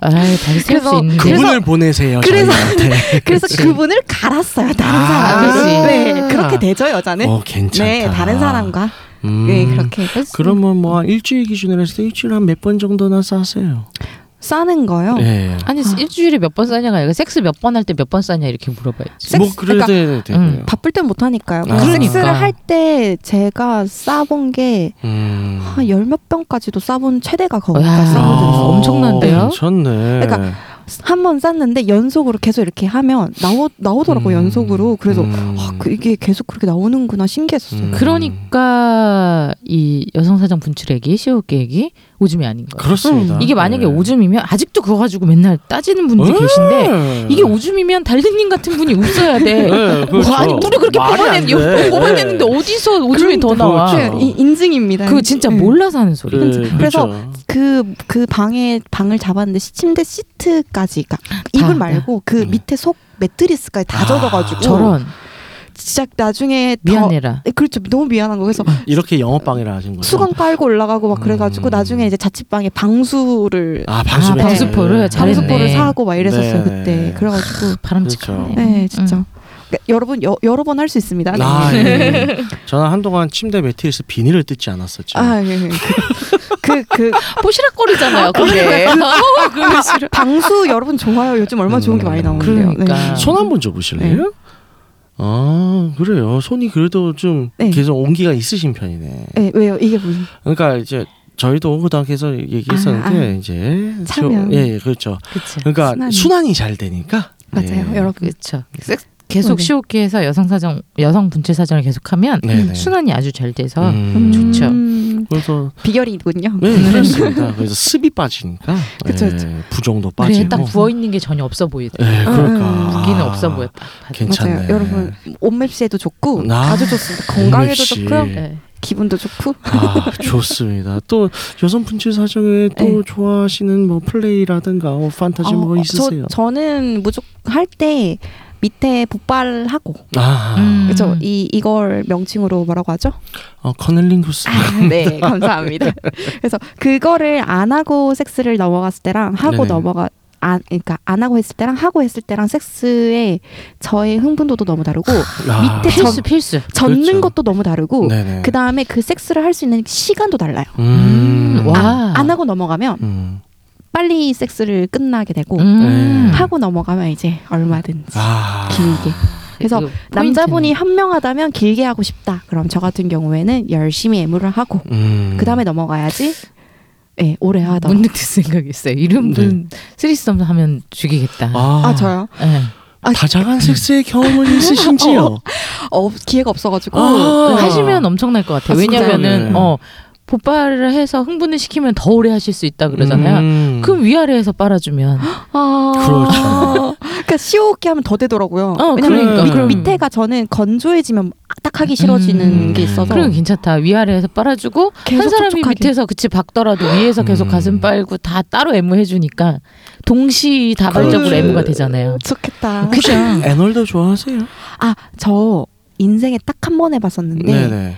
[SPEAKER 3] 아이 다시 세울 수
[SPEAKER 2] 그래서-
[SPEAKER 3] 있는데.
[SPEAKER 4] 그분을
[SPEAKER 2] 그래서-
[SPEAKER 4] 보내세요.
[SPEAKER 2] 그래서-
[SPEAKER 4] 저희한테.
[SPEAKER 2] 그래서
[SPEAKER 3] 그치.
[SPEAKER 2] 그분을 갈았어요. 다른
[SPEAKER 4] 아,
[SPEAKER 2] 사람.
[SPEAKER 3] 그치.
[SPEAKER 2] 네, 그렇게 되죠 여자는.
[SPEAKER 4] 어
[SPEAKER 2] [laughs]
[SPEAKER 4] 괜찮다.
[SPEAKER 2] 네, 다른 사람과
[SPEAKER 4] 음. 뭐
[SPEAKER 2] 네 그렇게. 해서
[SPEAKER 4] 그러면 뭐한 일주일 기준으로 해서 일주일에 한 몇 번 정도나 싸세요?
[SPEAKER 2] 싸는 거요.
[SPEAKER 4] 예.
[SPEAKER 3] 아니
[SPEAKER 2] 아.
[SPEAKER 3] 일주일에 몇 번 싸냐가 아니라 섹스 몇 번 할 때 몇 번 싸냐 이렇게 물어봐야지.
[SPEAKER 2] 음. 섹스- 그러니까
[SPEAKER 4] 뭐 그래야 되네요.
[SPEAKER 3] 음,
[SPEAKER 2] 바쁠 땐 못하니까요.
[SPEAKER 4] 아.
[SPEAKER 2] 섹스를
[SPEAKER 3] 그러니까.
[SPEAKER 2] 할 때 제가 싸본 게
[SPEAKER 4] 음.
[SPEAKER 2] 한 열 몇 병까지도 싸본 최대가 거기까지
[SPEAKER 3] 와.
[SPEAKER 4] 아,
[SPEAKER 2] 싸본 적이 있어요.
[SPEAKER 3] 엄청난데요?
[SPEAKER 4] 괜찮네.
[SPEAKER 2] 그러니까 한 번 쌌는데 연속으로 계속 이렇게 하면 나오, 나오더라고요.
[SPEAKER 4] 음.
[SPEAKER 2] 연속으로. 그래서
[SPEAKER 4] 음.
[SPEAKER 2] 아, 그 이게 계속 그렇게 나오는구나 신기했었어요.
[SPEAKER 4] 음.
[SPEAKER 3] 그러니까 이 여성 사장 분출액이 시옷계획이 오줌이 아닌 거예요.
[SPEAKER 4] 그렇습니다.
[SPEAKER 3] 음, 이게 만약에
[SPEAKER 4] 예.
[SPEAKER 3] 오줌이면 아직도 그거 가지고 맨날 따지는 분들
[SPEAKER 4] 예.
[SPEAKER 2] 음.
[SPEAKER 3] 계신데 이게
[SPEAKER 4] 예,
[SPEAKER 3] 오줌이면 달리님 같은 분이 없어야
[SPEAKER 2] [laughs]
[SPEAKER 3] 돼.
[SPEAKER 4] 그렇죠.
[SPEAKER 3] 뭐, 아니 물을 그렇게
[SPEAKER 4] 말이 안
[SPEAKER 3] 뽑아내,
[SPEAKER 4] 돼. 네.
[SPEAKER 3] 요- 뽑아내는데 어디서 오줌이 더 나와? 음.
[SPEAKER 4] 그렇죠.
[SPEAKER 3] 그
[SPEAKER 2] 이- 인증입니다.
[SPEAKER 3] 진짜
[SPEAKER 2] 네.
[SPEAKER 3] 몰라서 하는 소리.
[SPEAKER 4] 예,
[SPEAKER 2] 그래서
[SPEAKER 4] 그렇죠.
[SPEAKER 2] 그, 그 방에 방을 잡았는데 시- 침대 시트까지 그러니까 이불 말고 그
[SPEAKER 4] 네.
[SPEAKER 2] 밑에 속 매트리스까지 다
[SPEAKER 4] 아,
[SPEAKER 3] 음.
[SPEAKER 2] 젖어가지고
[SPEAKER 3] 저런
[SPEAKER 2] 진짜 나중에 더-
[SPEAKER 3] 미안해라.
[SPEAKER 2] 네, 그렇죠 너무 미안한 거 그래서
[SPEAKER 4] 이렇게 영업방해를 하신 거죠.
[SPEAKER 2] 수건 깔고 올라가고 막 그래가지고
[SPEAKER 4] 음.
[SPEAKER 2] 나중에 이제 자취방에 방수를
[SPEAKER 4] 아 방수
[SPEAKER 3] 아,
[SPEAKER 4] 매트.
[SPEAKER 3] 방수포를 잘했네.
[SPEAKER 2] 방수포를 사고 막 이랬었어요
[SPEAKER 4] 네.
[SPEAKER 2] 그때 그래가지고
[SPEAKER 3] 아, 바람직하네.
[SPEAKER 4] 그렇죠.
[SPEAKER 2] 네 진짜 그러니까 여러분 여, 여러 번 할 수 있습니다 네.
[SPEAKER 4] 아, 예. 저는 한동안 침대 매트에서 비닐을 뜯지 않았었죠.
[SPEAKER 2] 아, 예, 예. 그, 그, 그
[SPEAKER 3] 포시락거리잖아요. 그게.
[SPEAKER 2] 아, 방수 여러분 좋아요. 요즘 얼마 나 좋은 게
[SPEAKER 4] 음.
[SPEAKER 2] 많이 나오는데요. 네.
[SPEAKER 3] 그러니까.
[SPEAKER 4] 손 한 번 줘보실래요?
[SPEAKER 3] 네.
[SPEAKER 4] 아 그래요. 손이 그래도 좀
[SPEAKER 2] 네.
[SPEAKER 4] 계속 온기가 있으신 편이네.
[SPEAKER 2] 네. 네, 왜요? 이게 무슨?
[SPEAKER 4] 그러니까 이제 저희도 고등학교에서 얘기했었는데
[SPEAKER 2] 아, 아.
[SPEAKER 4] 이제
[SPEAKER 2] 참여.
[SPEAKER 4] 저- 예, 예 그렇죠.
[SPEAKER 3] [laughs] 그렇죠.
[SPEAKER 4] 그러니까
[SPEAKER 2] 순환이.
[SPEAKER 4] 순환이 잘 되니까
[SPEAKER 2] 맞아요.
[SPEAKER 4] 예.
[SPEAKER 2] 여러분
[SPEAKER 3] 그렇죠. 섹스- 계속
[SPEAKER 2] 네.
[SPEAKER 3] 시오키에서 여성 사정, 여성 분체 사정을 계속하면
[SPEAKER 4] 네네.
[SPEAKER 3] 순환이 아주 잘 돼서
[SPEAKER 4] 음,
[SPEAKER 3] 좋죠.
[SPEAKER 2] 음,
[SPEAKER 4] 그래서
[SPEAKER 2] 비결이군요.
[SPEAKER 4] 네 그렇습니다. 그래서 습이 빠지니까
[SPEAKER 2] 음. 그쵸,
[SPEAKER 4] 예,
[SPEAKER 2] 그쵸.
[SPEAKER 4] 부종도
[SPEAKER 3] 그래
[SPEAKER 4] 빠지고
[SPEAKER 3] 딱 부어 있는 게 전혀 없어 보이더라고.
[SPEAKER 4] 예, 그러니까
[SPEAKER 2] 음,
[SPEAKER 3] 무기는 없어 보였다.
[SPEAKER 4] 괜찮네.
[SPEAKER 2] 맞아요. 여러분 옷맵시에도 좋고
[SPEAKER 4] 아,
[SPEAKER 2] 아주 좋습니다. 건강에도
[SPEAKER 4] 옷맵시.
[SPEAKER 2] 좋고요.
[SPEAKER 3] 네.
[SPEAKER 2] 기분도 좋고.
[SPEAKER 4] 아 좋습니다. 또 여성 분칠 사정에 또
[SPEAKER 2] 네.
[SPEAKER 4] 좋아하시는 뭐 플레이라든가 어, 판타지
[SPEAKER 2] 어,
[SPEAKER 4] 뭐
[SPEAKER 2] 어,
[SPEAKER 4] 있으세요?
[SPEAKER 2] 저 저는 무조건 할 때 밑에 복발하고
[SPEAKER 4] 아
[SPEAKER 3] 음.
[SPEAKER 2] 그렇죠. 이 이걸 명칭으로 뭐라고
[SPEAKER 4] [laughs]
[SPEAKER 2] 하죠?
[SPEAKER 4] 어, 커넬링구스.
[SPEAKER 2] 아, 네, 감사합니다. [laughs] 그래서 그거를 안 하고 섹스를 넘어갔을 때랑 하고
[SPEAKER 4] 네네.
[SPEAKER 2] 넘어가 안 그러니까 안 하고 했을 때랑 하고 했을 때랑 섹스의 저의 흥분도도 너무 다르고
[SPEAKER 4] 아,
[SPEAKER 2] 밑에
[SPEAKER 3] 필수 필수.
[SPEAKER 2] 젖는
[SPEAKER 4] 그렇죠.
[SPEAKER 2] 것도 너무 다르고
[SPEAKER 4] 네네.
[SPEAKER 2] 그 다음에 그 섹스를 할 수 있는 시간도 달라요.
[SPEAKER 4] 음.
[SPEAKER 3] 음, 와.
[SPEAKER 2] 아, 안 하고 넘어가면
[SPEAKER 4] 음.
[SPEAKER 2] 빨리 섹스를 끝나게 되고
[SPEAKER 4] 음.
[SPEAKER 2] 하고 넘어가면 이제 얼마든지
[SPEAKER 4] 아.
[SPEAKER 2] 길게. 그래서
[SPEAKER 3] 이거
[SPEAKER 2] 남자분이
[SPEAKER 3] 포인트네.
[SPEAKER 2] 현명하다면 길게 하고 싶다. 그럼 저 같은 경우에는 열심히 애무를 하고
[SPEAKER 4] 음.
[SPEAKER 2] 그 다음에 넘어가야지. 예, 오래 하다.
[SPEAKER 3] 문득 든 생각이 있어요. 이런 분 스리썸 하면 죽이겠다.
[SPEAKER 4] 네. 아,
[SPEAKER 2] 아 저요?
[SPEAKER 3] 네.
[SPEAKER 2] 아,
[SPEAKER 4] 다자간 섹스의 경험을 있으신지요?
[SPEAKER 2] 어 기회가 없어가지고
[SPEAKER 4] 아.
[SPEAKER 3] 하시면 엄청날 것 같아요.
[SPEAKER 2] 아, 진짜요?
[SPEAKER 3] 왜냐면은
[SPEAKER 4] 네.
[SPEAKER 3] 어 보발을 해서 흥분을 시키면 더 오래 하실 수 있다 그러잖아요.
[SPEAKER 4] 음.
[SPEAKER 3] 그럼 위아래에서 빨아주면
[SPEAKER 2] 아.
[SPEAKER 4] 그렇죠.
[SPEAKER 2] 그러니까 시오게 하면 더 되더라고요.
[SPEAKER 3] 어,
[SPEAKER 2] 왜냐면
[SPEAKER 4] 그러니까.
[SPEAKER 2] 밑, 밑에가 저는 건조해지면 딱 하기 [gasps] 싫어지는
[SPEAKER 4] 음.
[SPEAKER 2] 게 있어서
[SPEAKER 3] 그럼 괜찮다. 위아래에서 빨아주고
[SPEAKER 2] 계속
[SPEAKER 3] 한 사람이
[SPEAKER 2] 촉촉하게.
[SPEAKER 3] 밑에서 그치 박더라도 위에서 계속
[SPEAKER 4] 음.
[SPEAKER 3] 가슴 빨고 다 따로 애무해 주니까 동시 다발적으로
[SPEAKER 4] 그렇지. 네.
[SPEAKER 3] 애무가 되잖아요.
[SPEAKER 2] 좋겠다.
[SPEAKER 3] 그죠?
[SPEAKER 4] 애널더 좋아하세요?
[SPEAKER 2] [laughs] 아저 인생에 딱 한 번 해봤었는데
[SPEAKER 4] 네네.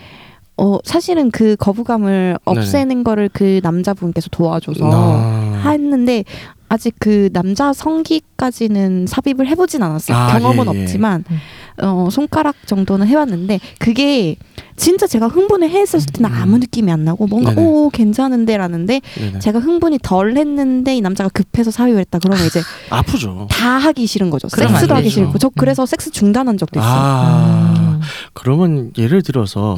[SPEAKER 2] 어 사실은 그 거부감을 없애는 거를 그 남자분께서 도와줘서
[SPEAKER 4] 네. 아.
[SPEAKER 2] 했는데 아직 그 남자 성기까지는 삽입을 해보진 않았어요.
[SPEAKER 4] 아,
[SPEAKER 2] 경험은
[SPEAKER 4] 예, 예.
[SPEAKER 2] 없지만
[SPEAKER 3] 음.
[SPEAKER 2] 어, 손가락 정도는 해봤는데 그게 진짜 제가 흥분을 했었을 때는
[SPEAKER 4] 음.
[SPEAKER 2] 아무 느낌이 안 나고 뭔가
[SPEAKER 4] 네네.
[SPEAKER 2] 오 괜찮은데라는데
[SPEAKER 4] 네네.
[SPEAKER 2] 제가 흥분이 덜 했는데 이 남자가 급해서 사유를 했다 그러면
[SPEAKER 4] [laughs]
[SPEAKER 2] 이제
[SPEAKER 4] 아프죠.
[SPEAKER 2] 다 하기 싫은 거죠.
[SPEAKER 3] 그럼
[SPEAKER 2] 섹스도
[SPEAKER 4] 안
[SPEAKER 2] 하기
[SPEAKER 4] 되죠. 음.
[SPEAKER 2] 싫고 저 그래서 섹스 중단한 적도 있어요. 음.
[SPEAKER 4] 아. 그러면 예를 들어서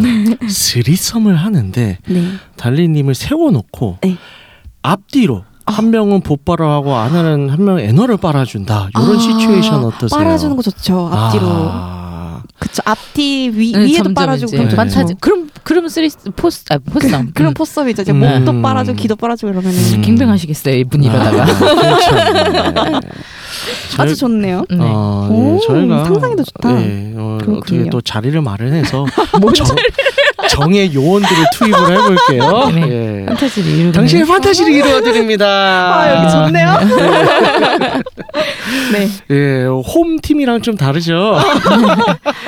[SPEAKER 4] 스리섬을 하는데
[SPEAKER 2] 네.
[SPEAKER 4] 달리님을 세워놓고
[SPEAKER 2] 네. 아.
[SPEAKER 4] 앞뒤로 한 명은 보빨을 하고 안에는 한 명은 애너를 빨아준다. 이런
[SPEAKER 2] 아,
[SPEAKER 4] 시츄에이션 어떠세요?
[SPEAKER 2] 빨아주는 거 좋죠. 앞뒤로 음.
[SPEAKER 4] 아.
[SPEAKER 2] 그쵸 앞뒤 위,
[SPEAKER 3] 네,
[SPEAKER 2] 위에도
[SPEAKER 3] 점점
[SPEAKER 2] 빨아주고 그렇죠.
[SPEAKER 3] 이제
[SPEAKER 2] 그럼 좋죠.
[SPEAKER 3] 판타지. 그럼 그럼 쓰리 포스 아 포스랑
[SPEAKER 2] 그런 포섭이죠. 이제
[SPEAKER 4] 음.
[SPEAKER 2] 목도 빨아주고 귀도 빨아주고 이러면 은
[SPEAKER 4] 음.
[SPEAKER 3] 갱뱅하시겠어요 이분
[SPEAKER 4] 네.
[SPEAKER 3] 이러다가.
[SPEAKER 4] 아, 괜찮네.
[SPEAKER 2] 아주 좋네요.
[SPEAKER 3] 네.
[SPEAKER 4] 어,
[SPEAKER 2] 오,
[SPEAKER 4] 예, 저희가
[SPEAKER 2] 상상이 더 좋다.
[SPEAKER 4] 예, 어,
[SPEAKER 2] 그렇군요.
[SPEAKER 4] 어떻게 또 자리를
[SPEAKER 2] [laughs]
[SPEAKER 4] 마련해서 정, 정의 요원들을 투입을 해볼게요.
[SPEAKER 3] 네.
[SPEAKER 4] 예.
[SPEAKER 3] 판타지를 이루는
[SPEAKER 4] 당신의 판타지를 이루어드립니다.
[SPEAKER 2] 아 여기 좋네요. 네.
[SPEAKER 4] 예, 홈 팀이랑
[SPEAKER 2] [laughs]
[SPEAKER 4] 좀 다르죠.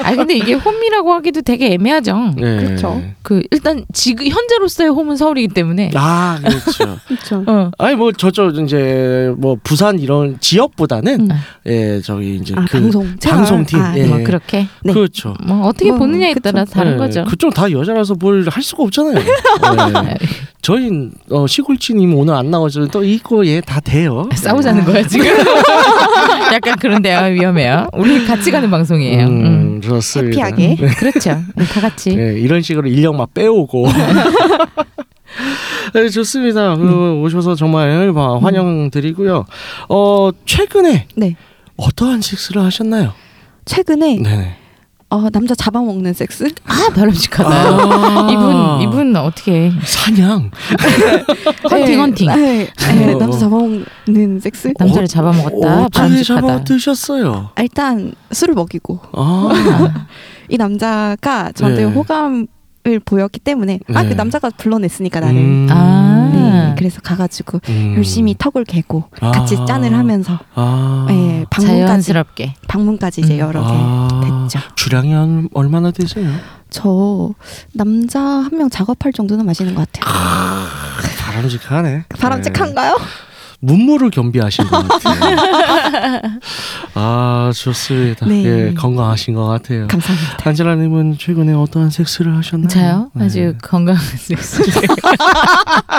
[SPEAKER 3] 아 근데 이게 홈이라고 하기도 되게 애매하죠.
[SPEAKER 4] 예.
[SPEAKER 2] 그렇죠.
[SPEAKER 3] 그 일단 지금 현재로서의 홈은 서울이기 때문에.
[SPEAKER 4] 아 그렇죠.
[SPEAKER 2] [laughs] 그렇죠.
[SPEAKER 3] 어.
[SPEAKER 4] 아니 뭐 저쪽 이제 뭐 부산 이런 지역보다는
[SPEAKER 3] 음.
[SPEAKER 4] 예 저기 이제
[SPEAKER 2] 아,
[SPEAKER 4] 그
[SPEAKER 2] 방송 채널.
[SPEAKER 4] 방송팀
[SPEAKER 2] 아,
[SPEAKER 4] 예.
[SPEAKER 3] 뭐 그렇게
[SPEAKER 2] 네.
[SPEAKER 4] 그렇죠.
[SPEAKER 3] 뭐 어떻게
[SPEAKER 2] 뭐,
[SPEAKER 3] 보느냐에
[SPEAKER 2] 그쵸.
[SPEAKER 3] 따라 다른
[SPEAKER 4] 예,
[SPEAKER 3] 거죠. [laughs]
[SPEAKER 4] 그쪽 다 여자라서 뭘 할 수가 없잖아요. 예. 저희 어, 시골지님 오늘 안 나오죠. 또 이거 얘 다 돼요.
[SPEAKER 3] 아, 싸우자는 [laughs] 거야 지금? 약간 그런데요 아, 위험해요. 우리 같이 가는 방송이에요. 음.
[SPEAKER 4] 음, 좋습니다.
[SPEAKER 2] 해피하게.
[SPEAKER 3] 그렇죠. 다 같이.
[SPEAKER 4] 네, 이런 식으로 인력 막
[SPEAKER 3] [laughs]
[SPEAKER 4] 빼오고. 네, 좋습니다.
[SPEAKER 3] 음.
[SPEAKER 4] 그, 오셔서 정말 화- 환영드리고요. 어, 최근에
[SPEAKER 2] 네.
[SPEAKER 4] 어떠한 섹스를 하셨나요?
[SPEAKER 2] 최근에
[SPEAKER 4] 네.
[SPEAKER 2] 어, 남자 잡아먹는 섹스?
[SPEAKER 3] 아 바람직하다.
[SPEAKER 4] 아,
[SPEAKER 3] 이분 이분 어떻게
[SPEAKER 4] 사냥.
[SPEAKER 3] 헌팅
[SPEAKER 2] 네,
[SPEAKER 3] 헌팅.
[SPEAKER 2] 네, 네,
[SPEAKER 4] 어.
[SPEAKER 2] 남자 잡아먹는 섹스?
[SPEAKER 3] 남자를 어? 잡아먹었다.
[SPEAKER 4] 어떻게
[SPEAKER 3] 바람직하다.
[SPEAKER 4] 잡아드셨어요?
[SPEAKER 2] 아, 일단 술을 먹이고
[SPEAKER 4] 아,
[SPEAKER 2] 이 남자가 저한테
[SPEAKER 4] 네.
[SPEAKER 2] 호감을 보였기 때문에 아
[SPEAKER 4] 네.
[SPEAKER 2] 그 남자가 불러냈으니까 나를
[SPEAKER 4] 음.
[SPEAKER 3] 아.
[SPEAKER 2] 네, 그래서 가가지고
[SPEAKER 4] 음.
[SPEAKER 2] 열심히 턱을 개고 같이
[SPEAKER 4] 아.
[SPEAKER 2] 짠을 하면서
[SPEAKER 4] 아.
[SPEAKER 2] 예, 방문까지
[SPEAKER 3] 자연스럽게.
[SPEAKER 2] 방문까지 이제
[SPEAKER 3] 음.
[SPEAKER 2] 여러 개
[SPEAKER 4] 아.
[SPEAKER 2] 됐죠.
[SPEAKER 4] 주량이 한 얼마나 되세요?
[SPEAKER 2] 저 남자 한 명 작업할 정도는 마시는 것 같아요.
[SPEAKER 4] 바람직하네. 네.
[SPEAKER 2] [laughs] 바람직한가요?
[SPEAKER 4] 문무를 겸비하신 것 같아요.
[SPEAKER 2] [laughs]
[SPEAKER 4] 아 좋습니다.
[SPEAKER 2] 네.
[SPEAKER 4] 예 건강하신 것 같아요.
[SPEAKER 2] 감사합니다.
[SPEAKER 4] 한지라님은 최근에 어떠한 섹스를 하셨나요?
[SPEAKER 3] 저요? 음.
[SPEAKER 4] 네.
[SPEAKER 3] 아주 건강한 섹스. [laughs]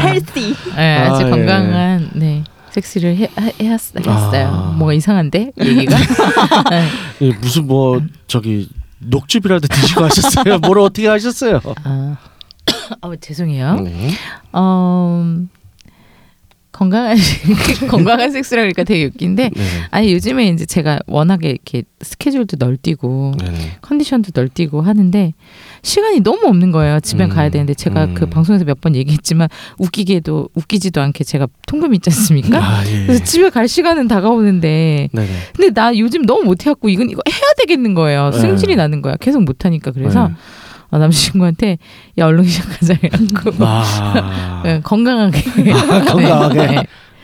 [SPEAKER 2] 헬시.
[SPEAKER 3] 네,
[SPEAKER 4] 아,
[SPEAKER 3] 아주
[SPEAKER 4] 예.
[SPEAKER 3] 건강한 네. 섹스를 해, 해, 해, 했어요.
[SPEAKER 4] 아.
[SPEAKER 3] 뭔가 이상한데 얘기가.
[SPEAKER 4] 예, 무슨 뭐
[SPEAKER 3] 음.
[SPEAKER 4] 저기 녹즙이라도 드시고 하셨어요? 뭘 어떻게 하셨어요?
[SPEAKER 3] 아, [coughs] 어, 죄송해요.
[SPEAKER 4] 네.
[SPEAKER 3] 어, 건강한 [laughs] 건강한 섹스라 그러니까 되게 웃긴데
[SPEAKER 4] 네.
[SPEAKER 3] 아니 요즘에 이제 제가 워낙에 이렇게 스케줄도 널뛰고
[SPEAKER 4] 네.
[SPEAKER 3] 컨디션도 널뛰고 하는데 시간이 너무 없는 거예요. 집에
[SPEAKER 4] 음,
[SPEAKER 3] 가야 되는데 제가
[SPEAKER 4] 음.
[SPEAKER 3] 그 방송에서 몇 번 얘기했지만 웃기게도 웃기지도 않게 제가 통금이 있지 않습니까?
[SPEAKER 4] 아 예.
[SPEAKER 3] 그래서 집에 갈 시간은 다가오는데
[SPEAKER 4] 네네.
[SPEAKER 3] 근데 나 요즘 너무 못해갖고 이건 이거 해야 되겠는 거예요.
[SPEAKER 4] 네.
[SPEAKER 3] 승질이 나는 거야. 계속 못하니까 그래서
[SPEAKER 4] 네.
[SPEAKER 3] 아, 남자친구한테 야 얼른 [laughs] 시작하자 해갖고
[SPEAKER 4] 아
[SPEAKER 3] 네, 건강하게
[SPEAKER 4] [laughs] 건강하게.
[SPEAKER 3] 네,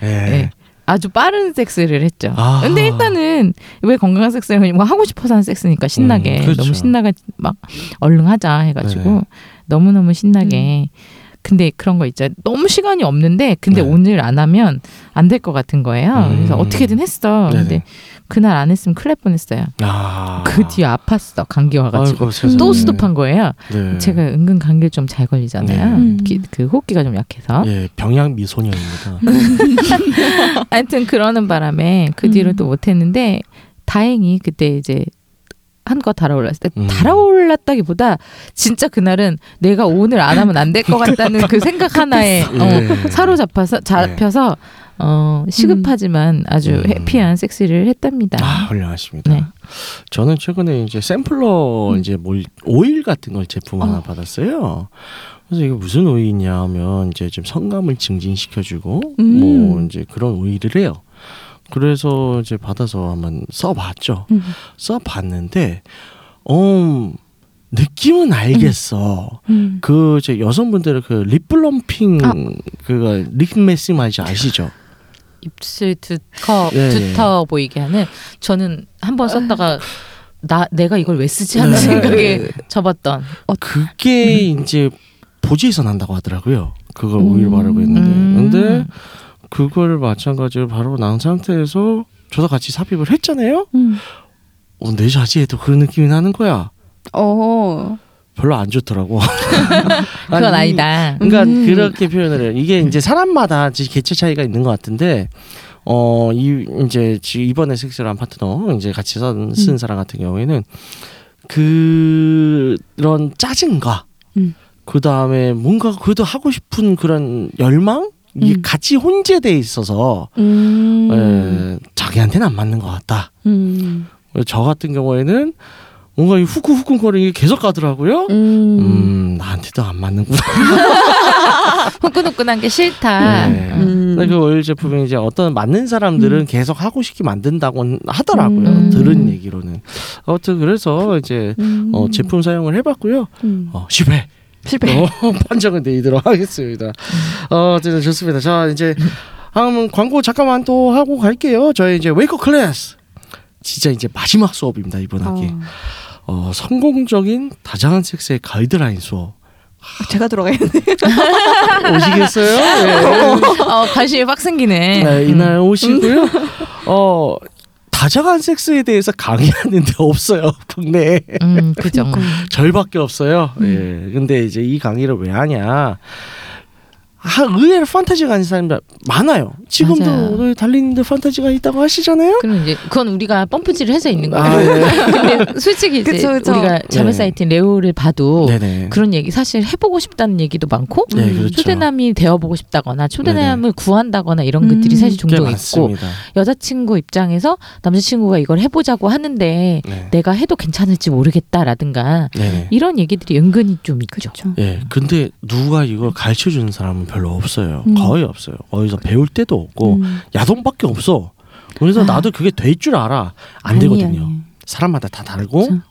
[SPEAKER 4] 예.
[SPEAKER 3] 네. 아주 빠른 섹스를 했죠.
[SPEAKER 4] 아.
[SPEAKER 3] 근데 일단은 왜 건강한 섹스를 하냐면 하고 싶어서 하는 섹스니까 신나게
[SPEAKER 4] 음, 그렇죠.
[SPEAKER 3] 너무 신나게 막 얼른 하자 해가지고
[SPEAKER 4] 네.
[SPEAKER 3] 너무 너무 신나게. 근데 그런 거 있죠. 너무 시간이 없는데 근데
[SPEAKER 4] 네.
[SPEAKER 3] 오늘 안 하면 안 될 것 같은 거예요. 그래서
[SPEAKER 4] 음.
[SPEAKER 3] 어떻게든 했어.
[SPEAKER 4] 네네.
[SPEAKER 3] 근데 그날 안 했으면 큰일 날 뻔했어요.
[SPEAKER 4] 아.
[SPEAKER 3] 그 뒤에 아팠어. 감기 와가지고.
[SPEAKER 4] 아이고, 세상에.
[SPEAKER 3] 또 수도판 거예요.
[SPEAKER 4] 네.
[SPEAKER 3] 제가 은근 감기를 좀 잘 걸리잖아요.
[SPEAKER 4] 네.
[SPEAKER 2] 음.
[SPEAKER 3] 기- 그 호흡기가 좀 약해서.
[SPEAKER 4] 예 병양 미소녀입니다.
[SPEAKER 3] 하여튼 그러는 바람에 그
[SPEAKER 2] 음.
[SPEAKER 3] 뒤로 또 못했는데 다행히 그때 이제 한껏 달아올랐을 때
[SPEAKER 4] 음.
[SPEAKER 3] 달아올랐다기보다 진짜 그날은 내가 오늘 안 하면 안 될 것 같다는 그 [laughs] 생각 하나에 어,
[SPEAKER 4] 예. 네.
[SPEAKER 3] 사로잡혀서 잡혀서 어, 시급하지만 아주
[SPEAKER 4] 음.
[SPEAKER 3] 해피한 섹시를 했답니다.
[SPEAKER 4] 아, 훌륭하십니다.
[SPEAKER 3] 네.
[SPEAKER 4] 저는 최근에 이제 샘플러
[SPEAKER 2] 음.
[SPEAKER 4] 이제 뭘 오일 같은 걸
[SPEAKER 2] 어.
[SPEAKER 4] 제품 하나 받았어요. 그래서 이게 무슨 오일이냐 하면 이제 좀 성감을 증진시켜주고
[SPEAKER 2] 음.
[SPEAKER 4] 뭐 이제 그런 오일을 해요. 그래서 이제 받아서 한번 써봤죠.
[SPEAKER 2] 음.
[SPEAKER 4] 써봤는데, 음, 느낌은 알겠어.
[SPEAKER 2] 음.
[SPEAKER 4] 그 이제 여성분들의 그 립블럼핑
[SPEAKER 2] 아.
[SPEAKER 4] 그립 메시마이즈 아시죠?
[SPEAKER 3] 입술 두터
[SPEAKER 4] 예, 예.
[SPEAKER 3] 두터 보이게 하는 저는 한 번 썼다가 나 내가 이걸 왜 쓰지 하는
[SPEAKER 4] 네.
[SPEAKER 3] 생각에 접었던
[SPEAKER 4] 그게 이제 보지에서 난다고 하더라고요. 그걸 오일
[SPEAKER 2] 음.
[SPEAKER 4] 바르고 했는데.
[SPEAKER 3] 음.
[SPEAKER 4] 근데 그걸 마찬가지로 바로 난 상태에서 저도 같이 삽입을 했잖아요.
[SPEAKER 2] 음.
[SPEAKER 4] 어, 내 자지에도 그런 느낌이 나는 거야.
[SPEAKER 2] 어.
[SPEAKER 4] 별로 안 좋더라고.
[SPEAKER 3] 그건
[SPEAKER 4] 아니,
[SPEAKER 3] 아니다.
[SPEAKER 4] 그러니까
[SPEAKER 2] 음.
[SPEAKER 4] 그렇게 표현을 해요. 이게 이제 사람마다 이제 개체 차이가 있는 것 같은데 어 이 이제 지- 이번에 섹스한 파트너 이제 같이
[SPEAKER 2] 음.
[SPEAKER 4] 쓴, 쓴 사람 같은 경우에는 그런 짜증과
[SPEAKER 2] 음.
[SPEAKER 4] 그 다음에 뭔가 그래도 하고 싶은 그런 열망 이게
[SPEAKER 2] 음.
[SPEAKER 4] 같이 혼재돼 있어서
[SPEAKER 2] 음.
[SPEAKER 4] 에, 자기한테는 안 맞는 것 같다.
[SPEAKER 2] 음.
[SPEAKER 4] 저 같은 경우에는 뭔가 이 후끈후끈거리는 게 계속 가더라고요.
[SPEAKER 2] 음.
[SPEAKER 4] 음 나한테도 안 맞는구나.
[SPEAKER 3] 후끈후끈한 게 싫다.
[SPEAKER 4] 네.
[SPEAKER 3] 음.
[SPEAKER 4] 근데 그 오일 제품이 이제 어떤 맞는 사람들은 계속 하고 싶게 만든다고 하더라고요.
[SPEAKER 3] 음.
[SPEAKER 4] 들은 얘기로는. 아무튼 그래서 이제
[SPEAKER 2] 음.
[SPEAKER 4] 어, 제품 사용을 해봤고요.
[SPEAKER 2] 음.
[SPEAKER 4] 어, 실패.
[SPEAKER 2] 실패.
[SPEAKER 4] 어, [laughs] 판정은 내리도록 하겠습니다. 어, 어쨌든 좋습니다. 자 이제 다음 광고 잠깐만 또 하고 갈게요. 저희 이제 웨이커 클래스. 진짜 이제 마지막 수업입니다 이번 학기.
[SPEAKER 2] 어.
[SPEAKER 4] 어, 성공적인 다자간 섹스의 가이드라인 수업
[SPEAKER 2] 아, 제가 들어가야겠네.
[SPEAKER 4] 오시겠어요? 예.
[SPEAKER 3] 어, 관심이 빡 생기네.
[SPEAKER 4] 네, 이날
[SPEAKER 3] 음.
[SPEAKER 4] 오시고요. 어 다자간 섹스에 대해서 강의하는 데 [laughs] 없어요 국내에 음.
[SPEAKER 3] 음, 음, 그죠.
[SPEAKER 4] 절밖에 없어요. 예. 근데 이제 이 강의를 왜 하냐? 아, 의외로 판타지가 아닌 사람들 많아요. 지금도
[SPEAKER 3] 맞아요.
[SPEAKER 4] 오늘 달리님들 판타지가 있다고 하시잖아요.
[SPEAKER 3] 그럼 이제 그건 우리가 펌프질을 해서 있는 거예요.
[SPEAKER 4] 아, 네.
[SPEAKER 3] [laughs] 근데 솔직히 이제
[SPEAKER 2] 그쵸, 그쵸.
[SPEAKER 3] 우리가 자매
[SPEAKER 4] 네.
[SPEAKER 3] 사이트인 레오를 봐도
[SPEAKER 4] 네네.
[SPEAKER 3] 어, 그런 얘기 사실 해보고 싶다는 얘기도 많고
[SPEAKER 4] 네, 그렇죠. 네,
[SPEAKER 3] 초대남이 되어보고 싶다거나 초대남을 구한다거나 이런
[SPEAKER 2] 음.
[SPEAKER 3] 것들이 사실
[SPEAKER 4] 꽤
[SPEAKER 3] 종종 있고
[SPEAKER 4] 많습니다.
[SPEAKER 3] 여자친구 입장에서 남자친구가 이걸 해보자고 하는데
[SPEAKER 4] 네.
[SPEAKER 3] 내가 해도 괜찮을지 모르겠다라든가
[SPEAKER 4] 네네.
[SPEAKER 3] 이런 얘기들이 은근히 좀 있죠.
[SPEAKER 2] 그렇죠.
[SPEAKER 4] 예, 근데 누가 이걸 가르쳐 주는 사람은 별로 없어요.
[SPEAKER 3] 음.
[SPEAKER 4] 거의 없어요. 어디서 배울 때도 없고
[SPEAKER 2] 음.
[SPEAKER 4] 야동밖에 없어. 그래서 나도 그게 될 줄 알아. 안
[SPEAKER 2] 아. 아니,
[SPEAKER 4] 되거든요.
[SPEAKER 2] 아니.
[SPEAKER 4] 사람마다 다 다르고
[SPEAKER 3] 그렇죠.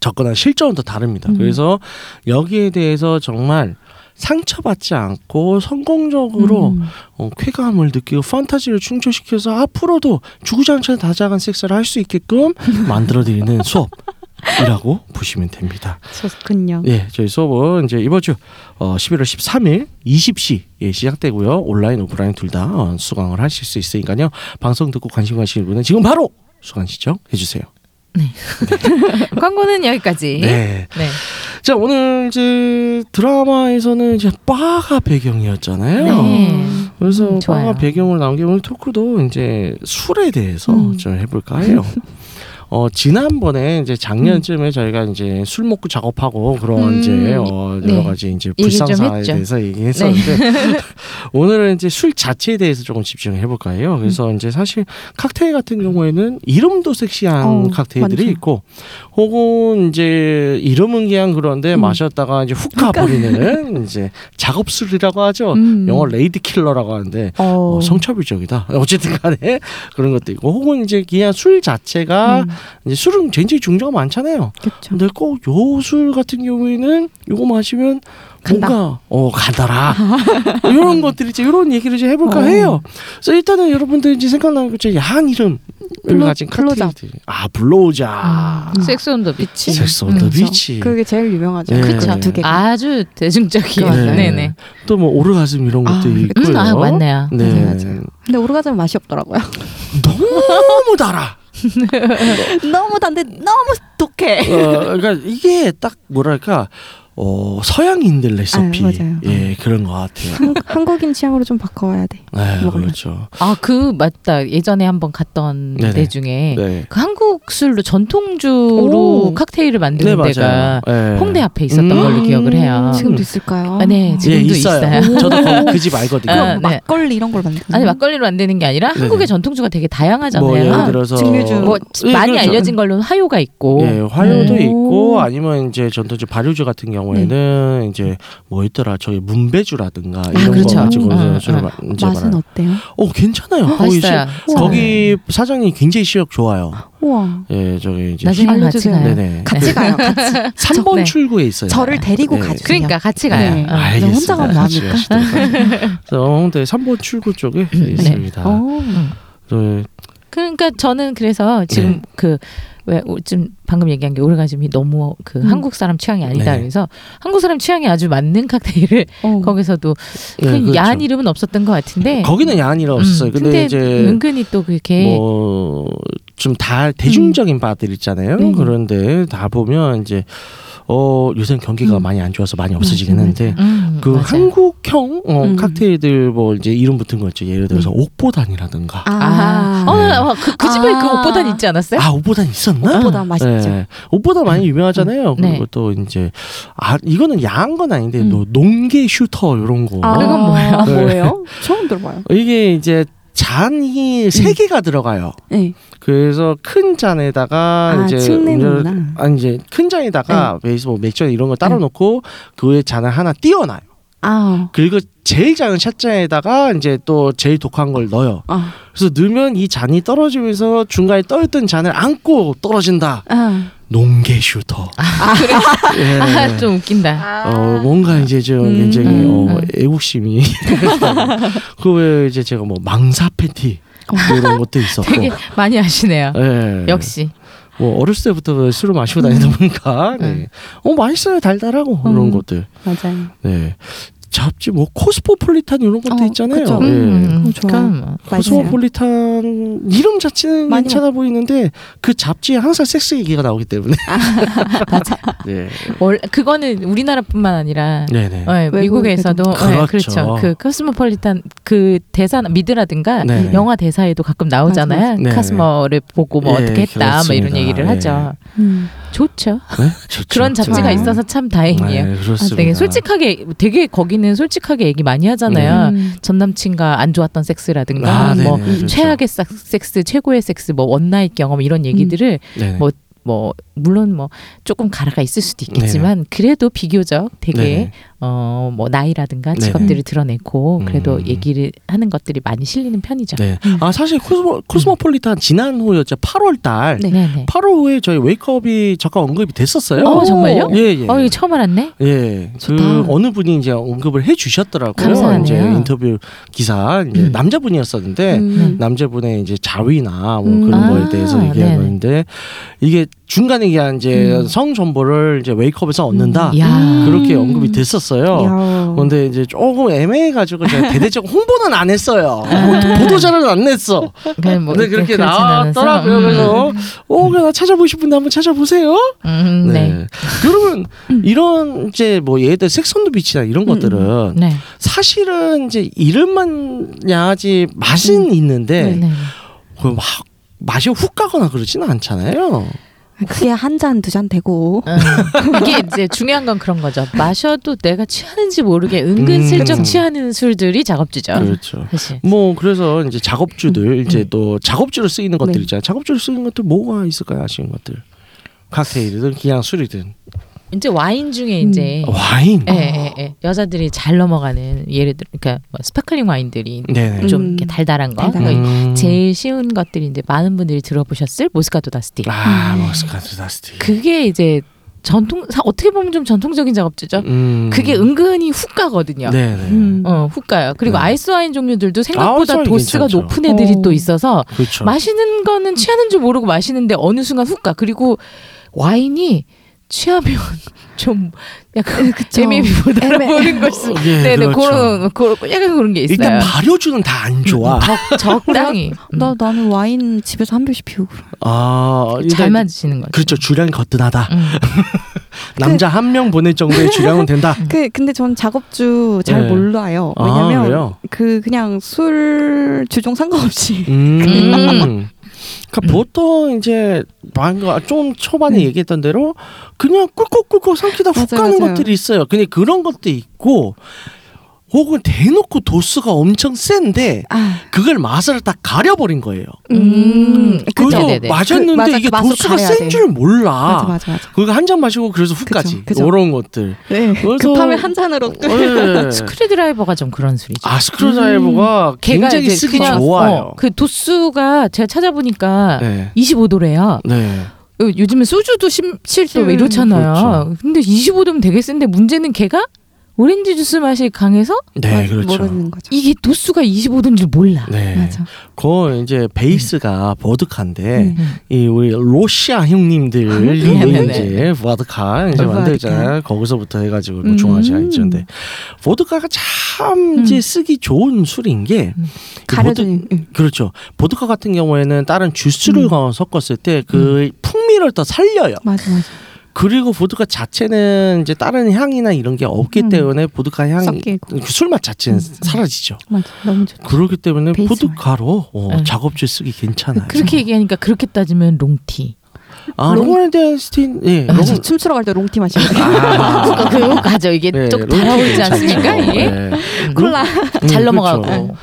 [SPEAKER 4] 접근하는 실정은 다 다릅니다.
[SPEAKER 3] 음.
[SPEAKER 4] 그래서 여기에 대해서 정말 상처받지 않고 성공적으로
[SPEAKER 3] 음.
[SPEAKER 4] 어, 쾌감을 느끼고 판타지를 충족시켜서 앞으로도 주구장창 다자간 섹스를 할
[SPEAKER 2] [laughs]
[SPEAKER 4] 수 있게끔 만들어드리는 수업이라고 보시면 됩니다.
[SPEAKER 2] 좋군요.
[SPEAKER 4] 예, 저희 수업은 이제 이번 주 어, 11월 13일 20시 에 시작되고요. 온라인, 오프라인 둘 다 어, 수강을 하실 수 있으니까요. 방송 듣고 관심 가시는 분은 지금 바로 수강 신청해 주세요.
[SPEAKER 3] 광고는 여기까지.
[SPEAKER 4] 네.
[SPEAKER 3] 네.
[SPEAKER 4] 자, 오늘 이제 드라마에서는 이제 바가 배경이었잖아요.
[SPEAKER 3] 네.
[SPEAKER 4] 그래서
[SPEAKER 3] 음, 좋아요.
[SPEAKER 4] 바가 배경을 남기고 오늘 토크도 이제 술에 대해서
[SPEAKER 3] 음.
[SPEAKER 4] 좀 해볼까
[SPEAKER 3] [laughs]
[SPEAKER 4] 해요. 어 지난번에 이제 작년쯤에 저희가 이제 술 먹고 작업하고 그런
[SPEAKER 3] 음,
[SPEAKER 4] 이제 어
[SPEAKER 3] 네.
[SPEAKER 4] 여러 가지 이제
[SPEAKER 3] 얘기 좀
[SPEAKER 4] 불상사에
[SPEAKER 3] 했죠. 네.
[SPEAKER 4] 대해서 얘기했었는데 [laughs] 오늘은 이제 술 자체에 대해서 조금 집중해 볼까 해요.
[SPEAKER 3] 음.
[SPEAKER 4] 그래서 이제 사실 칵테일 같은 경우에는 이름도 섹시한
[SPEAKER 2] 어우,
[SPEAKER 4] 칵테일들이
[SPEAKER 2] 많죠.
[SPEAKER 4] 있고 혹은 이제 이름은 그냥 그런데 마셨다가 이제 훅가 버리는 이제 작업술이라고 하죠.
[SPEAKER 3] 음.
[SPEAKER 4] 영어 레이드 킬러라고 하는데
[SPEAKER 2] 어.
[SPEAKER 4] 어, 성차별적이다. [laughs] 어쨌든 간에 그런 것도 있고 혹은 이제 그냥 술 자체가
[SPEAKER 2] 음,
[SPEAKER 4] 이제 술은 굉장히 종류가 많잖아요.
[SPEAKER 2] 그렇죠.
[SPEAKER 4] 근데 꼭 요 술 같은 경우에는 요거 마시면
[SPEAKER 2] 간다.
[SPEAKER 4] 뭔가
[SPEAKER 2] [laughs]
[SPEAKER 4] 어 간다라 이런 것들이 이제 이런 얘기를 이제 해볼까
[SPEAKER 2] 어.
[SPEAKER 4] 해요. 그래서 일단은 여러분들 이제 생각나는 것 중에 야한 이름을
[SPEAKER 2] 블로-
[SPEAKER 4] 가진
[SPEAKER 2] 블로잡.
[SPEAKER 4] 칵테일들 아 블로우자
[SPEAKER 3] 음. 섹스 온더 비치.
[SPEAKER 4] 섹스 온 더
[SPEAKER 3] 음.
[SPEAKER 4] 비치
[SPEAKER 2] 아. 그게 제일 유명하죠.
[SPEAKER 4] 예.
[SPEAKER 2] 그
[SPEAKER 4] 그쵸.
[SPEAKER 2] 두 개가.
[SPEAKER 3] 아주 대중적인.
[SPEAKER 4] 그
[SPEAKER 2] 맞아요.
[SPEAKER 3] 네. 네
[SPEAKER 4] 또 뭐 오르가즘 이런
[SPEAKER 2] 아,
[SPEAKER 4] 것도
[SPEAKER 2] 음,
[SPEAKER 4] 있고요.
[SPEAKER 3] 음, 아 맞네요.
[SPEAKER 4] 그 네.
[SPEAKER 2] 맞아요, 맞아요. 근데 오르가즘 맛이 없더라고요.
[SPEAKER 4] 너무 달아.
[SPEAKER 2] 너무 단데 너무 독해.
[SPEAKER 4] 어, 그러니까 이게 딱 뭐랄까 어 서양인들 레시피
[SPEAKER 2] 아, 맞아요.
[SPEAKER 4] 예 그런
[SPEAKER 3] [laughs]
[SPEAKER 4] 것 같아요.
[SPEAKER 2] 한, 한국인 취향으로 좀 바꿔야 돼.
[SPEAKER 4] 네,
[SPEAKER 2] 먹으면.
[SPEAKER 4] 그렇죠.
[SPEAKER 3] 아 그 맞다. 예전에 한번 갔던
[SPEAKER 4] 네네.
[SPEAKER 3] 데 중에
[SPEAKER 4] 네,
[SPEAKER 3] 그 한국 술로 전통주로
[SPEAKER 2] 오.
[SPEAKER 3] 칵테일을 만드는
[SPEAKER 4] 네 맞아요.
[SPEAKER 3] 데가
[SPEAKER 4] 예.
[SPEAKER 3] 홍대 앞에 있었던
[SPEAKER 4] 음.
[SPEAKER 3] 걸로 기억을 해요.
[SPEAKER 2] 지금도 있을까요?
[SPEAKER 3] 아, 네
[SPEAKER 4] 예,
[SPEAKER 3] 지금도 있어요.
[SPEAKER 4] [laughs] 저도 그 집 알거든요.
[SPEAKER 3] 아,
[SPEAKER 2] 그럼
[SPEAKER 3] 네.
[SPEAKER 2] 막걸리 이런 걸 만드는
[SPEAKER 3] 아니 막걸리로 만드는 게 아니라
[SPEAKER 4] 네네.
[SPEAKER 3] 한국의 전통주가 되게 다양하잖아요.
[SPEAKER 4] 뭐 예를 들어서
[SPEAKER 2] 증류주.
[SPEAKER 3] 뭐
[SPEAKER 4] 예,
[SPEAKER 3] 많이
[SPEAKER 4] 그렇죠.
[SPEAKER 3] 알려진 걸로는 화요가 있고
[SPEAKER 4] 예, 화요도
[SPEAKER 3] 네.
[SPEAKER 2] 음.
[SPEAKER 4] 있고 아니면 이제 전통주 발효주 같은 경우에는
[SPEAKER 3] 네.
[SPEAKER 4] 이제 뭐 있더라 저기 문배주라든가
[SPEAKER 3] 아,
[SPEAKER 4] 이런
[SPEAKER 2] 그렇죠.
[SPEAKER 4] 거 가지고
[SPEAKER 3] 음,
[SPEAKER 4] 술을
[SPEAKER 3] 음.
[SPEAKER 4] 마- 이제
[SPEAKER 2] 맛은
[SPEAKER 4] 말하는.
[SPEAKER 2] 어때요?
[SPEAKER 4] 어 괜찮아요. 거기,
[SPEAKER 3] 맛있어요. 네.
[SPEAKER 4] 시- 거기 사장님 굉장히 시력 좋아요.
[SPEAKER 2] 우와.
[SPEAKER 4] 예 저기 이제
[SPEAKER 3] 나중에 같이
[SPEAKER 2] 알려주세요.
[SPEAKER 3] 가요.
[SPEAKER 4] 네네.
[SPEAKER 2] 같이 가요. 같이.
[SPEAKER 4] 3번
[SPEAKER 3] 네.
[SPEAKER 4] 출구에 있어요.
[SPEAKER 2] 저를 데리고
[SPEAKER 4] 네.
[SPEAKER 2] 가주세요.
[SPEAKER 3] 그러니까 같이 가요.
[SPEAKER 2] 네.
[SPEAKER 3] 어.
[SPEAKER 2] 아,
[SPEAKER 4] 알겠습니다.
[SPEAKER 2] 혼자 가면
[SPEAKER 4] 같이
[SPEAKER 2] 뭐합니까? [laughs] 네.
[SPEAKER 4] 가시도록 하겠습니다. 그래서 홍대 네. 3번 출구 쪽에 있습니다.
[SPEAKER 3] 아.
[SPEAKER 2] 오.
[SPEAKER 4] 그,
[SPEAKER 3] 그러니까 저는 그래서
[SPEAKER 4] 네.
[SPEAKER 3] 지금 그 왜 좀 방금 얘기한 게 오르가즘이 너무 그
[SPEAKER 2] 음.
[SPEAKER 3] 한국 사람 취향이 아니다
[SPEAKER 4] 네.
[SPEAKER 3] 그래서 한국 사람 취향이 아주 맞는 칵테일을
[SPEAKER 2] 어.
[SPEAKER 3] 거기서도
[SPEAKER 4] 네,
[SPEAKER 3] 그
[SPEAKER 4] 그렇죠. 음,
[SPEAKER 3] 야한 이름은 없었던 것 같은데
[SPEAKER 4] 거기는 야한이라 없었어요.
[SPEAKER 3] 음,
[SPEAKER 4] 근데, 이제
[SPEAKER 3] 은근히 또 그렇게
[SPEAKER 4] 뭐 좀 다 대중적인 바들 있잖아요.
[SPEAKER 2] 네.
[SPEAKER 4] 그런데 다 보면 이제 어 요새 는 경기가
[SPEAKER 2] 음.
[SPEAKER 4] 많이 안 좋아서 많이 없어지긴
[SPEAKER 2] 맞아,
[SPEAKER 4] 한데
[SPEAKER 3] 음,
[SPEAKER 4] 그
[SPEAKER 3] 맞아요.
[SPEAKER 4] 한국형 어,
[SPEAKER 2] 음.
[SPEAKER 4] 칵테일들 뭐 이제 이름 붙은 거 있죠. 예를 들어서 옥보단이라든가
[SPEAKER 2] 아.
[SPEAKER 3] 아, 어,
[SPEAKER 4] 네.
[SPEAKER 3] 어, 그, 그 집에
[SPEAKER 2] 아.
[SPEAKER 3] 그 옷보단 있지 않았어요?
[SPEAKER 4] 아 옥보단 있었나?
[SPEAKER 2] 보다 맛있죠. 음.
[SPEAKER 4] 예. 옷보다 많이 유명하잖아요.
[SPEAKER 3] 네.
[SPEAKER 4] 그리고 또 이제 아 이거는 야한 건 아닌데
[SPEAKER 3] 음.
[SPEAKER 4] 또 농계 슈터 이런 거.
[SPEAKER 2] 아,
[SPEAKER 3] 그건 뭐예요?
[SPEAKER 4] 네. [laughs]
[SPEAKER 2] 뭐예요? 처음 들어봐요.
[SPEAKER 4] 이게 이제 잔이
[SPEAKER 2] 음.
[SPEAKER 4] 세 개가 들어가요.
[SPEAKER 2] 네.
[SPEAKER 4] 그래서 큰 잔에다가
[SPEAKER 2] 아, 네.
[SPEAKER 4] 이제 음료를-
[SPEAKER 2] 칡내는구나.
[SPEAKER 4] 아니 이제 큰 잔에다가 베이스 뭐 맥주 이런 거 따로
[SPEAKER 3] 네.
[SPEAKER 4] 놓고 그 위에 잔을 하나 띄워놔요.
[SPEAKER 2] 아.
[SPEAKER 4] 그리고 제일 작은 샷잔에다가 이제 또 제일 독한 걸 넣어요.
[SPEAKER 2] 아.
[SPEAKER 4] 그래서 넣으면 이 잔이 떨어지면서 중간에 떠있던 잔을 안고 떨어진다.
[SPEAKER 2] 아.
[SPEAKER 4] 농계 슈터. 예.
[SPEAKER 3] 아, 좀 웃긴다.
[SPEAKER 4] 어 뭔가 이제 좀
[SPEAKER 2] 음.
[SPEAKER 4] 굉장히 어,
[SPEAKER 3] 음.
[SPEAKER 4] 애국심이 [laughs] 그외 이제 제가 뭐 망사 팬티 뭐 이런 것도 있었고
[SPEAKER 3] 되게 많이 아시네요.
[SPEAKER 4] 예.
[SPEAKER 3] 역시.
[SPEAKER 4] 뭐 어렸을 때부터 술을 마시고 다니다 보니까 네.
[SPEAKER 3] 음.
[SPEAKER 4] 어 맛있어요 달달하고
[SPEAKER 2] 음.
[SPEAKER 4] 이런 것들
[SPEAKER 2] 맞아요.
[SPEAKER 4] 네 잡지 뭐 코스모폴리탄 이런 것도
[SPEAKER 2] 어,
[SPEAKER 4] 있잖아요.
[SPEAKER 2] 그쵸.
[SPEAKER 4] 예.
[SPEAKER 3] 음,
[SPEAKER 2] 좋아.
[SPEAKER 3] 그럼
[SPEAKER 2] 맞아요.
[SPEAKER 4] 코스모폴리탄 이름 자체는
[SPEAKER 2] 많이
[SPEAKER 4] 괜찮아 보이는데 그 잡지에 항상 섹스 얘기가 나오기 때문에
[SPEAKER 2] 아, [laughs]
[SPEAKER 4] 네.
[SPEAKER 3] 원- 그거는 우리나라뿐만 아니라
[SPEAKER 4] 네네.
[SPEAKER 3] 예, 미국에서도
[SPEAKER 4] 외국에도.
[SPEAKER 3] 예,
[SPEAKER 4] 그렇죠.
[SPEAKER 3] 그렇죠. 그 코스모폴리탄 그 대사 미드라든가
[SPEAKER 4] 네네.
[SPEAKER 3] 영화 대사에도 가끔 나오잖아요.
[SPEAKER 4] 맞아. 네.
[SPEAKER 3] 카스모를 보고 뭐
[SPEAKER 4] 예,
[SPEAKER 3] 어떻게 했다 뭐 이런
[SPEAKER 4] 그렇습니다.
[SPEAKER 3] 얘기를
[SPEAKER 4] 예.
[SPEAKER 3] 하죠.
[SPEAKER 2] 음.
[SPEAKER 3] 좋죠. [laughs]
[SPEAKER 4] 네? 좋죠.
[SPEAKER 3] 그런 잡지가
[SPEAKER 2] 좋아요.
[SPEAKER 3] 있어서 참 다행이에요.
[SPEAKER 4] 네,
[SPEAKER 3] 아,
[SPEAKER 4] 그렇습니다.
[SPEAKER 3] 되게 솔직하게 되게 거기는 솔직하게 얘기 많이
[SPEAKER 4] 네.
[SPEAKER 3] 하잖아요.
[SPEAKER 2] 음.
[SPEAKER 3] 전 남친과 안 좋았던 섹스라든가
[SPEAKER 4] 아,
[SPEAKER 3] 뭐
[SPEAKER 4] 네네, 그렇죠. 음.
[SPEAKER 3] 최악의 섹- 섹스, 최고의 섹스, 뭐 원나잇 경험 이런 얘기들을
[SPEAKER 4] 네네.
[SPEAKER 3] 뭐- 뭐 물론 뭐 조금 가라가 있을 수도 있겠지만 그래도 비교적 되게
[SPEAKER 4] 네네.
[SPEAKER 3] 어 뭐 나이라든가
[SPEAKER 4] 네네.
[SPEAKER 3] 직업들을 드러내고 그래도
[SPEAKER 4] 음.
[SPEAKER 3] 얘기를 하는 것들이 많이 실리는 편이죠.
[SPEAKER 4] 네. 아 사실 코스모, 코스모폴리탄 지난 후였죠. 8월 달.
[SPEAKER 2] 네.
[SPEAKER 3] 네네.
[SPEAKER 4] 8월 후에 저희 웨이크업이 잠깐 언급이 됐었어요.
[SPEAKER 3] 어, 정말요?
[SPEAKER 4] 예, 예.
[SPEAKER 3] 어 이거 처음 알았네.
[SPEAKER 4] 예, 그
[SPEAKER 2] 좋다.
[SPEAKER 4] 어느 분이 이제 언급을 해 주셨더라고요.
[SPEAKER 3] 감사하네요.
[SPEAKER 4] 이제 인터뷰 기사 이제
[SPEAKER 3] 음.
[SPEAKER 4] 남자분이었었는데
[SPEAKER 2] 음.
[SPEAKER 4] 남자분의 이제 자위나 뭐
[SPEAKER 2] 음.
[SPEAKER 4] 그런
[SPEAKER 3] 아,
[SPEAKER 4] 거에 대해서
[SPEAKER 3] 네네. 음.
[SPEAKER 4] 얘기한 건데 이게 중간에 이제 이제 성 정보를 이제 웨이크업에서 얻는다 음.
[SPEAKER 3] 야.
[SPEAKER 4] 그렇게 언급이 됐었어요.
[SPEAKER 2] 야.
[SPEAKER 4] 근데 이제 조금 애매해가지고 제가 대대적 홍보는 안 했어요. 뭐
[SPEAKER 3] 아.
[SPEAKER 4] 보도자료는 안 냈어.
[SPEAKER 3] 그냥 뭐
[SPEAKER 4] 근데
[SPEAKER 3] 이렇게
[SPEAKER 4] 그렇게
[SPEAKER 3] 그렇진 않아서.
[SPEAKER 4] 나왔더라고요.
[SPEAKER 3] 음.
[SPEAKER 4] 그래서 어, 그래, 나 찾아보실 분들 한번 찾아보세요.
[SPEAKER 3] 음, 네. 음. 네.
[SPEAKER 4] 그러면 이런 이제 뭐 얘들 섹션도 비치나 이런 것들은
[SPEAKER 3] 네.
[SPEAKER 4] 사실은 이제 이름만 야지 맛은 있는데
[SPEAKER 3] 네.
[SPEAKER 4] 그막 맛이 훅 가거나 그러지는 않잖아요.
[SPEAKER 2] 그게 한 잔 두 잔 되고
[SPEAKER 3] 음. 이게 이제 중요한 건 그런 거죠. 마셔도 내가 취하는지 모르게 은근슬쩍
[SPEAKER 4] 음.
[SPEAKER 3] 취하는 술들이 작업주죠.
[SPEAKER 4] 그렇죠.
[SPEAKER 3] 사실.
[SPEAKER 4] 뭐 그래서 이제
[SPEAKER 3] 음,
[SPEAKER 4] 작업주들 이제 또 작업주로 쓰이는 것들
[SPEAKER 2] 네.
[SPEAKER 4] 있잖아요. 작업주로 쓰이는 것들 뭐가 있을까요? 아시는 것들. 칵테일이든 그냥 술이든
[SPEAKER 3] 이제 와인 중에 이제
[SPEAKER 4] 음. 어. 와인.
[SPEAKER 3] 예, 예, 예. 여자들이 잘 넘어가는 예를 들어 그러니까 뭐 스파클링 와인들이
[SPEAKER 4] 네네.
[SPEAKER 3] 좀
[SPEAKER 2] 음.
[SPEAKER 3] 이렇게 달달한 거.
[SPEAKER 2] 달달한
[SPEAKER 3] 그러니까
[SPEAKER 4] 음.
[SPEAKER 3] 제일 쉬운 것들이 이제 많은 분들이 들어보셨을 모스카토 다스티.
[SPEAKER 4] 아 머스카트 다스티.
[SPEAKER 3] 음. 그게 이제 전통 사- 어떻게 보면 좀 전통적인 작업주죠.
[SPEAKER 4] 음.
[SPEAKER 3] 그게 은근히 훅 가거든요.
[SPEAKER 4] 네네.
[SPEAKER 2] 음.
[SPEAKER 3] 어, 훅 가요. 그리고
[SPEAKER 4] 네.
[SPEAKER 3] 아이스 와인 종류들도 생각보다
[SPEAKER 4] 아이스 와인
[SPEAKER 3] 도수가
[SPEAKER 4] 괜찮죠.
[SPEAKER 3] 높은 애들이
[SPEAKER 2] 어.
[SPEAKER 3] 또 있어서
[SPEAKER 4] 그렇죠.
[SPEAKER 3] 마시는 거는 취하는 줄 모르고 마시는데 어느 순간 훅 가. 그리고 와인이 취하면 [laughs] 좀 약간 재미미 못
[SPEAKER 2] 애매-
[SPEAKER 3] 알아보는 것이.
[SPEAKER 4] 예,
[SPEAKER 3] 네네
[SPEAKER 4] 그렇죠.
[SPEAKER 3] 그런 그런 약간 그런 게 있어요. 음,
[SPEAKER 4] 일단 발효주는 다 안 좋아.
[SPEAKER 3] 적, 적당히 음.
[SPEAKER 2] 나 나는 와인 집에서 한 병씩 피우고 그래.
[SPEAKER 4] 아,
[SPEAKER 3] 잘
[SPEAKER 4] 일단
[SPEAKER 3] 맞으시는 거죠.
[SPEAKER 4] 그렇죠. 주량이 거뜬하다.
[SPEAKER 3] 음. 그
[SPEAKER 4] 남자 한 명 보낼 정도의 주량은 된다.
[SPEAKER 2] 그 근데 전 작업주 잘
[SPEAKER 4] 네.
[SPEAKER 2] 몰라요.
[SPEAKER 4] 아,
[SPEAKER 2] 왜냐면
[SPEAKER 4] 그래요?
[SPEAKER 2] 그 그냥 술 주종 상관없이
[SPEAKER 4] [laughs] 음.
[SPEAKER 3] 음.
[SPEAKER 4] 그러니까 보통 이제 방금 아, 좀 초반에 얘기했던 대로 그냥 꿀꺽꿀꺽 삼키다 훅
[SPEAKER 2] 음. 맞아요,
[SPEAKER 4] 가는
[SPEAKER 2] 맞아요.
[SPEAKER 4] 것들이 있어요. 근데 그런 것도 있고 혹은 대놓고 도수가 엄청 센데
[SPEAKER 2] 아,
[SPEAKER 4] 그걸 맛을 다 가려버린 거예요.
[SPEAKER 3] 음,
[SPEAKER 2] 그죠?
[SPEAKER 4] 그래서
[SPEAKER 3] 네네네.
[SPEAKER 4] 마셨는데
[SPEAKER 2] 그 맞아, 그
[SPEAKER 4] 이게
[SPEAKER 2] 맛으로
[SPEAKER 4] 도수가
[SPEAKER 2] 가려야
[SPEAKER 4] 센
[SPEAKER 2] 돼.
[SPEAKER 4] 줄 몰라.
[SPEAKER 2] 맞아 맞아 맞아.
[SPEAKER 4] 그러니까 한 잔 마시고 그래서 훅까지
[SPEAKER 2] 그쵸.
[SPEAKER 4] 이런 것들.
[SPEAKER 2] 네.
[SPEAKER 4] 그래서-
[SPEAKER 2] 급하면 한 잔으로
[SPEAKER 4] 어,
[SPEAKER 2] [laughs]
[SPEAKER 4] 예, 예.
[SPEAKER 3] 스크류드라이버가 좀 그런 술이죠.
[SPEAKER 4] 아
[SPEAKER 2] 음.
[SPEAKER 4] 스크루드라이버가
[SPEAKER 3] 걔가
[SPEAKER 4] 굉장히
[SPEAKER 3] 이제
[SPEAKER 4] 쓰기
[SPEAKER 3] 그냥,
[SPEAKER 4] 좋아요.
[SPEAKER 3] 어, 그 도수가 제가
[SPEAKER 2] 어,
[SPEAKER 3] 찾아보니까
[SPEAKER 4] 네.
[SPEAKER 3] 25도래요.
[SPEAKER 4] 네.
[SPEAKER 3] 요즘에 소주도 17도
[SPEAKER 2] 음,
[SPEAKER 3] 이렇잖아요.
[SPEAKER 4] 그렇죠.
[SPEAKER 3] 근데 25도면 되게 센데 문제는 걔가 오렌지 주스 맛이 강해서
[SPEAKER 4] 네,
[SPEAKER 2] 뭐,
[SPEAKER 4] 그렇죠.
[SPEAKER 2] 모르는 거죠.
[SPEAKER 3] 이게 도수가 25도인 줄 몰라.
[SPEAKER 4] 네.
[SPEAKER 2] 맞아.
[SPEAKER 4] 그 이제 베이스가 보드카인데
[SPEAKER 2] 음.
[SPEAKER 4] 이 우리 러시아 형님들이
[SPEAKER 3] 네, 네,
[SPEAKER 4] 이제 보드카 이제
[SPEAKER 2] 보드카.
[SPEAKER 4] 만들잖아요. 거기서부터 해가지고
[SPEAKER 2] 음.
[SPEAKER 4] 뭐 중앙아시아 있는데 보드카가 참 이제 쓰기 좋은 술인 게그
[SPEAKER 2] 음. 가려주는 네. 응.
[SPEAKER 4] 그렇죠. 보드카 같은 경우에는 다른 주스를
[SPEAKER 2] 음.
[SPEAKER 4] 섞었을 때 그 풍미를 더 살려요.
[SPEAKER 2] 맞아 맞아.
[SPEAKER 4] 그리고 보드카 자체는 이제 다른 향이나 이런 게 없기
[SPEAKER 2] 음.
[SPEAKER 4] 때문에 보드카 향
[SPEAKER 2] 섞이고 음.
[SPEAKER 4] 술맛 자체는 사라지죠.
[SPEAKER 2] 맞아. 너무 좋다.
[SPEAKER 4] 그렇기 때문에
[SPEAKER 2] 베이스
[SPEAKER 4] 보드카로 어,
[SPEAKER 3] 네.
[SPEAKER 4] 작업지 쓰기 괜찮아요.
[SPEAKER 3] 그렇게 얘기하니까 그렇게 따지면 롱티.
[SPEAKER 4] 아
[SPEAKER 2] 롱-
[SPEAKER 4] 롱월드스틴 예. 롱
[SPEAKER 2] 맞아. 춤추러 갈 때 롱티 마시는 거.
[SPEAKER 4] 아.
[SPEAKER 3] [laughs] 그거 가죠. 이게
[SPEAKER 4] 네,
[SPEAKER 3] 조금
[SPEAKER 4] 롱티
[SPEAKER 3] 달아오르지
[SPEAKER 4] 괜찮죠.
[SPEAKER 3] 않습니까? 이게
[SPEAKER 4] 네.
[SPEAKER 3] 음.
[SPEAKER 2] 콜라.
[SPEAKER 4] [laughs] 음,
[SPEAKER 3] 잘
[SPEAKER 4] 그렇죠.
[SPEAKER 3] 넘어가고.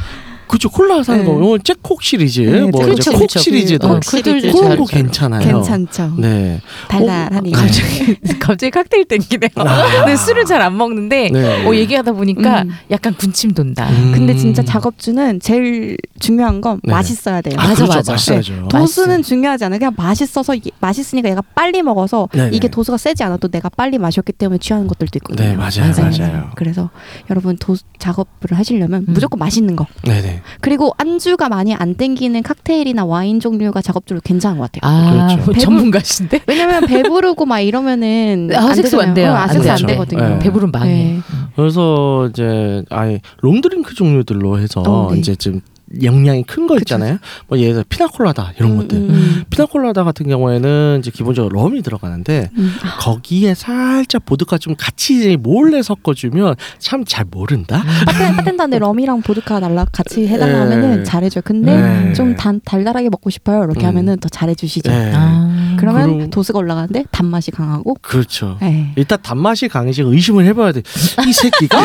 [SPEAKER 4] 그렇죠. 콜라 사는
[SPEAKER 2] 네.
[SPEAKER 4] 거. 이건 잭콕 시리즈.
[SPEAKER 2] 네,
[SPEAKER 4] 뭐
[SPEAKER 2] 그렇죠,
[SPEAKER 4] 이제 콕
[SPEAKER 2] 그렇죠.
[SPEAKER 4] 시리즈도.
[SPEAKER 2] 그,
[SPEAKER 3] 어,
[SPEAKER 2] 어,
[SPEAKER 3] 그들도
[SPEAKER 2] 그거
[SPEAKER 4] 그런
[SPEAKER 3] 잘
[SPEAKER 4] 거 괜찮아요.
[SPEAKER 2] 괜찮죠.
[SPEAKER 4] 네.
[SPEAKER 2] 달달하니. [laughs]
[SPEAKER 4] 어, 갑자기
[SPEAKER 3] 갑자기 칵테일 땡기네요. 근데 술을 잘 안 먹는데
[SPEAKER 4] 아. 네.
[SPEAKER 3] 어, 얘기하다 보니까
[SPEAKER 2] 음.
[SPEAKER 3] 약간 군침 돈다.
[SPEAKER 4] 음.
[SPEAKER 2] 근데 진짜 작업주는 제일 중요한 건
[SPEAKER 4] 네.
[SPEAKER 2] 맛있어야 돼요.
[SPEAKER 4] 아,
[SPEAKER 3] 맞아,
[SPEAKER 4] 그렇죠.
[SPEAKER 3] 맞아.
[SPEAKER 4] 맛있어야죠.
[SPEAKER 2] 네. 도수는 중요하지 않아요. 그냥 맛있어서 이게 맛있으니까 얘가 빨리 먹어서
[SPEAKER 4] 네네.
[SPEAKER 2] 이게 도수가 세지 않아도 내가 빨리 마셨기 때문에 취하는 것들도 있거든요.
[SPEAKER 4] 네, 맞아요, 맞아요.
[SPEAKER 2] 그래서 여러분 도 작업을 하시려면
[SPEAKER 3] 음.
[SPEAKER 2] 무조건 맛있는 거.
[SPEAKER 4] 네네. 네.
[SPEAKER 2] 그리고 안주가 많이 안 땡기는 칵테일이나 와인 종류가 작업적으로 괜찮은 것 같아요. 아,
[SPEAKER 3] 아,
[SPEAKER 4] 그렇죠.
[SPEAKER 3] 뭐 전문가신데?
[SPEAKER 2] 왜냐면 배부르고 막
[SPEAKER 4] [laughs]
[SPEAKER 2] 이러면은
[SPEAKER 3] 아, 색소 안 돼요.
[SPEAKER 2] 되잖아요. 어,
[SPEAKER 3] 안
[SPEAKER 2] 아색소 안,
[SPEAKER 4] 되죠.
[SPEAKER 2] 되거든요.
[SPEAKER 4] 네.
[SPEAKER 3] 배부른 망해.
[SPEAKER 2] 네.
[SPEAKER 4] 그래서 이제 아예 롱드링크 종류들로 해서
[SPEAKER 2] 어, 네.
[SPEAKER 4] 이제 좀 영량이 큰 거 있잖아요. 뭐 예를 들어 피나콜라다 이런
[SPEAKER 2] 음,
[SPEAKER 4] 것들.
[SPEAKER 2] 음,
[SPEAKER 4] 피나콜라다 같은 경우에는 이제 기본적으로 럼이 들어가는데
[SPEAKER 2] 음. 아,
[SPEAKER 4] 거기에 살짝 보드카 좀 같이 이제 몰래 섞어주면 참 잘 모른다.
[SPEAKER 2] 파텐,
[SPEAKER 4] [laughs]
[SPEAKER 2] 파텐단데 럼이랑 보드카 날라 같이
[SPEAKER 4] 에.
[SPEAKER 2] 해달라 하면은 잘해줘요. 근데
[SPEAKER 4] 네.
[SPEAKER 2] 좀 단, 달달하게 먹고 싶어요. 이렇게
[SPEAKER 4] 음.
[SPEAKER 2] 하면은 더 잘해주시죠.
[SPEAKER 4] 네.
[SPEAKER 3] 아,
[SPEAKER 2] 음, 그러면
[SPEAKER 4] 그럼-
[SPEAKER 2] 도수가 올라가는데 단맛이 강하고.
[SPEAKER 4] 그렇죠.
[SPEAKER 2] 네.
[SPEAKER 4] 일단 단맛이 강해지 의심을 해봐야 돼. 이 새끼가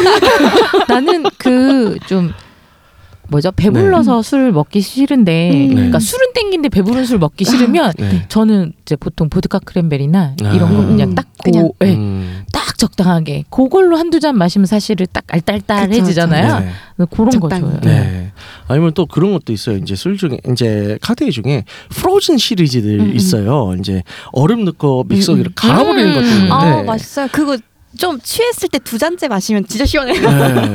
[SPEAKER 3] 나는 그 좀 뭐죠 배불러서 술을 먹기 싫은데
[SPEAKER 2] 음.
[SPEAKER 3] 그러니까
[SPEAKER 4] 네.
[SPEAKER 3] 술은 땡긴데 배부른 술 먹기 싫으면
[SPEAKER 4] 네.
[SPEAKER 3] 저는 이제 보통 보드카 크랜베리나
[SPEAKER 4] 아.
[SPEAKER 3] 이런 거 그냥
[SPEAKER 2] 음.
[SPEAKER 3] 딱 고,
[SPEAKER 2] 그냥.
[SPEAKER 3] 예,
[SPEAKER 4] 음.
[SPEAKER 3] 딱 적당하게 그걸로 한두 잔 마시면 사실은 딱 알딸딸해지잖아요.
[SPEAKER 4] 네.
[SPEAKER 3] 그런 거
[SPEAKER 2] 적당히.
[SPEAKER 3] 줘요.
[SPEAKER 4] 네. 아니면 또 그런 것도 있어요. 이제 술 중에 이제 칵테일 중에 프로즌 시리즈들
[SPEAKER 2] 음, 음. 있어요.
[SPEAKER 4] 있어요. 이제 얼음 넣고 믹서기로
[SPEAKER 2] 음.
[SPEAKER 4] 갈아버리는
[SPEAKER 3] 음.
[SPEAKER 4] 것도 있는데
[SPEAKER 2] 아 맛있어요. 그거 좀 취했을 때 두 잔째 마시면 진짜 시원해요.
[SPEAKER 4] 네.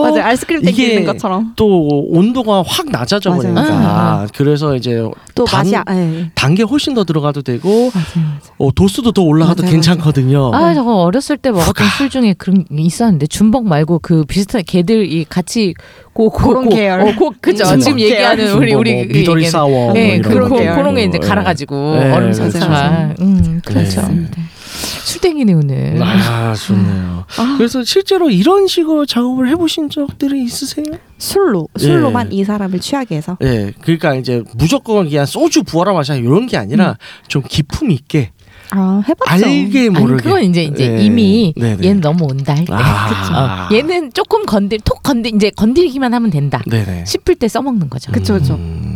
[SPEAKER 2] [laughs] 맞아요. 아이스크림 땡기는
[SPEAKER 4] 이게
[SPEAKER 2] 것처럼.
[SPEAKER 4] 또 온도가 확 낮아져
[SPEAKER 2] 맞아요.
[SPEAKER 4] 버리니까 그래서 이제
[SPEAKER 2] 또
[SPEAKER 4] 단-
[SPEAKER 2] 맛이 아, 네.
[SPEAKER 4] 단계 훨씬 더 들어가도 되고
[SPEAKER 2] 맞아요. 맞아요.
[SPEAKER 4] 어, 도수도 더 올라가도
[SPEAKER 2] 맞아요,
[SPEAKER 4] 괜찮거든요.
[SPEAKER 3] 아 저거 어렸을 때 먹었던 술 중에 그런 게 있었는데 준벅 말고 그 비슷한 개들 이 같이 고고
[SPEAKER 2] 그런 계열.
[SPEAKER 3] 어, 고 그죠
[SPEAKER 2] 준벅
[SPEAKER 3] 지금
[SPEAKER 2] 계열.
[SPEAKER 3] 얘기하는 우리 우리
[SPEAKER 4] 뭐
[SPEAKER 3] 그
[SPEAKER 4] 미더리
[SPEAKER 3] 얘기하는-
[SPEAKER 4] 사워 뭐
[SPEAKER 3] 네,
[SPEAKER 4] 이런
[SPEAKER 3] 그런
[SPEAKER 4] 거.
[SPEAKER 2] 계열.
[SPEAKER 3] 그런 게 이제
[SPEAKER 4] 예.
[SPEAKER 3] 갈아가지고
[SPEAKER 4] 네,
[SPEAKER 3] 얼음
[SPEAKER 4] 맞아요.
[SPEAKER 3] 설사가 음 그렇죠.
[SPEAKER 4] 맞습니다.
[SPEAKER 3] 술땡이네 오늘.
[SPEAKER 4] 아 좋네요.
[SPEAKER 2] 아.
[SPEAKER 4] 그래서 실제로 이런 식으로 작업을 해보신 적들이 있으세요?
[SPEAKER 2] 술로 술로만 이 사람을 취하게 해서
[SPEAKER 4] 예, 그러니까 이제 무조건 그냥 소주 부어라 마시라 이런 게 아니라 좀 기품 있게
[SPEAKER 2] 아 해봤죠.
[SPEAKER 4] 알게
[SPEAKER 3] 음. 아니
[SPEAKER 4] 모르게.
[SPEAKER 3] 그건 이제 이제
[SPEAKER 4] 예.
[SPEAKER 3] 이미
[SPEAKER 4] 네네.
[SPEAKER 3] 얘는 넘어온다 할 때.
[SPEAKER 4] 아.
[SPEAKER 3] 어, 얘는 조금 건들 톡 건들 이제 건드리기만 하면 된다.
[SPEAKER 4] 네네.
[SPEAKER 3] 싶을 때 써먹는 거죠.
[SPEAKER 2] 그쵸 그쵸.
[SPEAKER 4] 음.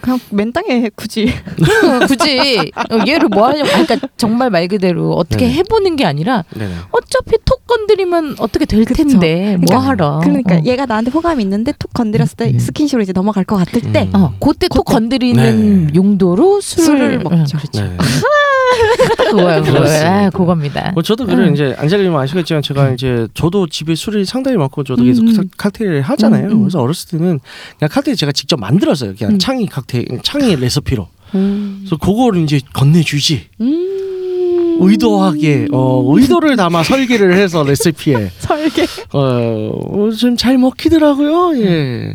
[SPEAKER 2] 그냥 맨땅에 [laughs] 굳이
[SPEAKER 3] 어, 굳이 어, 얘를 뭐 하려고 그러니까 정말 말 그대로 어떻게
[SPEAKER 4] 네네.
[SPEAKER 3] 해보는 게 아니라
[SPEAKER 4] 네네.
[SPEAKER 3] 어차피 톡 건드리면 어떻게 될
[SPEAKER 2] 그쵸.
[SPEAKER 3] 텐데 뭐
[SPEAKER 4] 그러니까-
[SPEAKER 3] 하러.
[SPEAKER 2] 그러니까
[SPEAKER 3] 어.
[SPEAKER 2] 얘가 나한테 호감이 있는데 톡 건드렸을 때
[SPEAKER 3] 음.
[SPEAKER 2] 스킨십으로 이제 넘어갈 것 같을 때
[SPEAKER 4] 예. 음.
[SPEAKER 3] 어, 그때 톡
[SPEAKER 2] 네. 그때.
[SPEAKER 3] 건드리는
[SPEAKER 4] 네네.
[SPEAKER 3] 용도로 술을, 예,
[SPEAKER 4] 예,
[SPEAKER 2] 술을 먹죠.
[SPEAKER 3] [laughs]
[SPEAKER 4] 네네.
[SPEAKER 3] 그거야, 그거
[SPEAKER 4] 그렇습니다.
[SPEAKER 3] 아, 그겁니다.
[SPEAKER 4] 뭐 저도 그래
[SPEAKER 3] 음.
[SPEAKER 4] 이제 안젤리님 아시겠지만 제가 이제 저도 집에 술이 상당히 많고 저도 계속
[SPEAKER 2] 음.
[SPEAKER 4] 칵- 칵테일을 하잖아요.
[SPEAKER 2] 음, 음.
[SPEAKER 4] 그래서 어렸을 때는 그냥 칵테일 제가 직접 만들었어요. 그냥
[SPEAKER 2] 음.
[SPEAKER 4] 창의 칵테일, 창의 레시피로.
[SPEAKER 2] 음.
[SPEAKER 4] 그래서 그거를 이제 건네주지.
[SPEAKER 2] 음.
[SPEAKER 4] 의도하게 어, 의도를 담아 설계를 해서 레시피에
[SPEAKER 2] 설계
[SPEAKER 4] 어, 어좀잘 먹히더라고요. 예.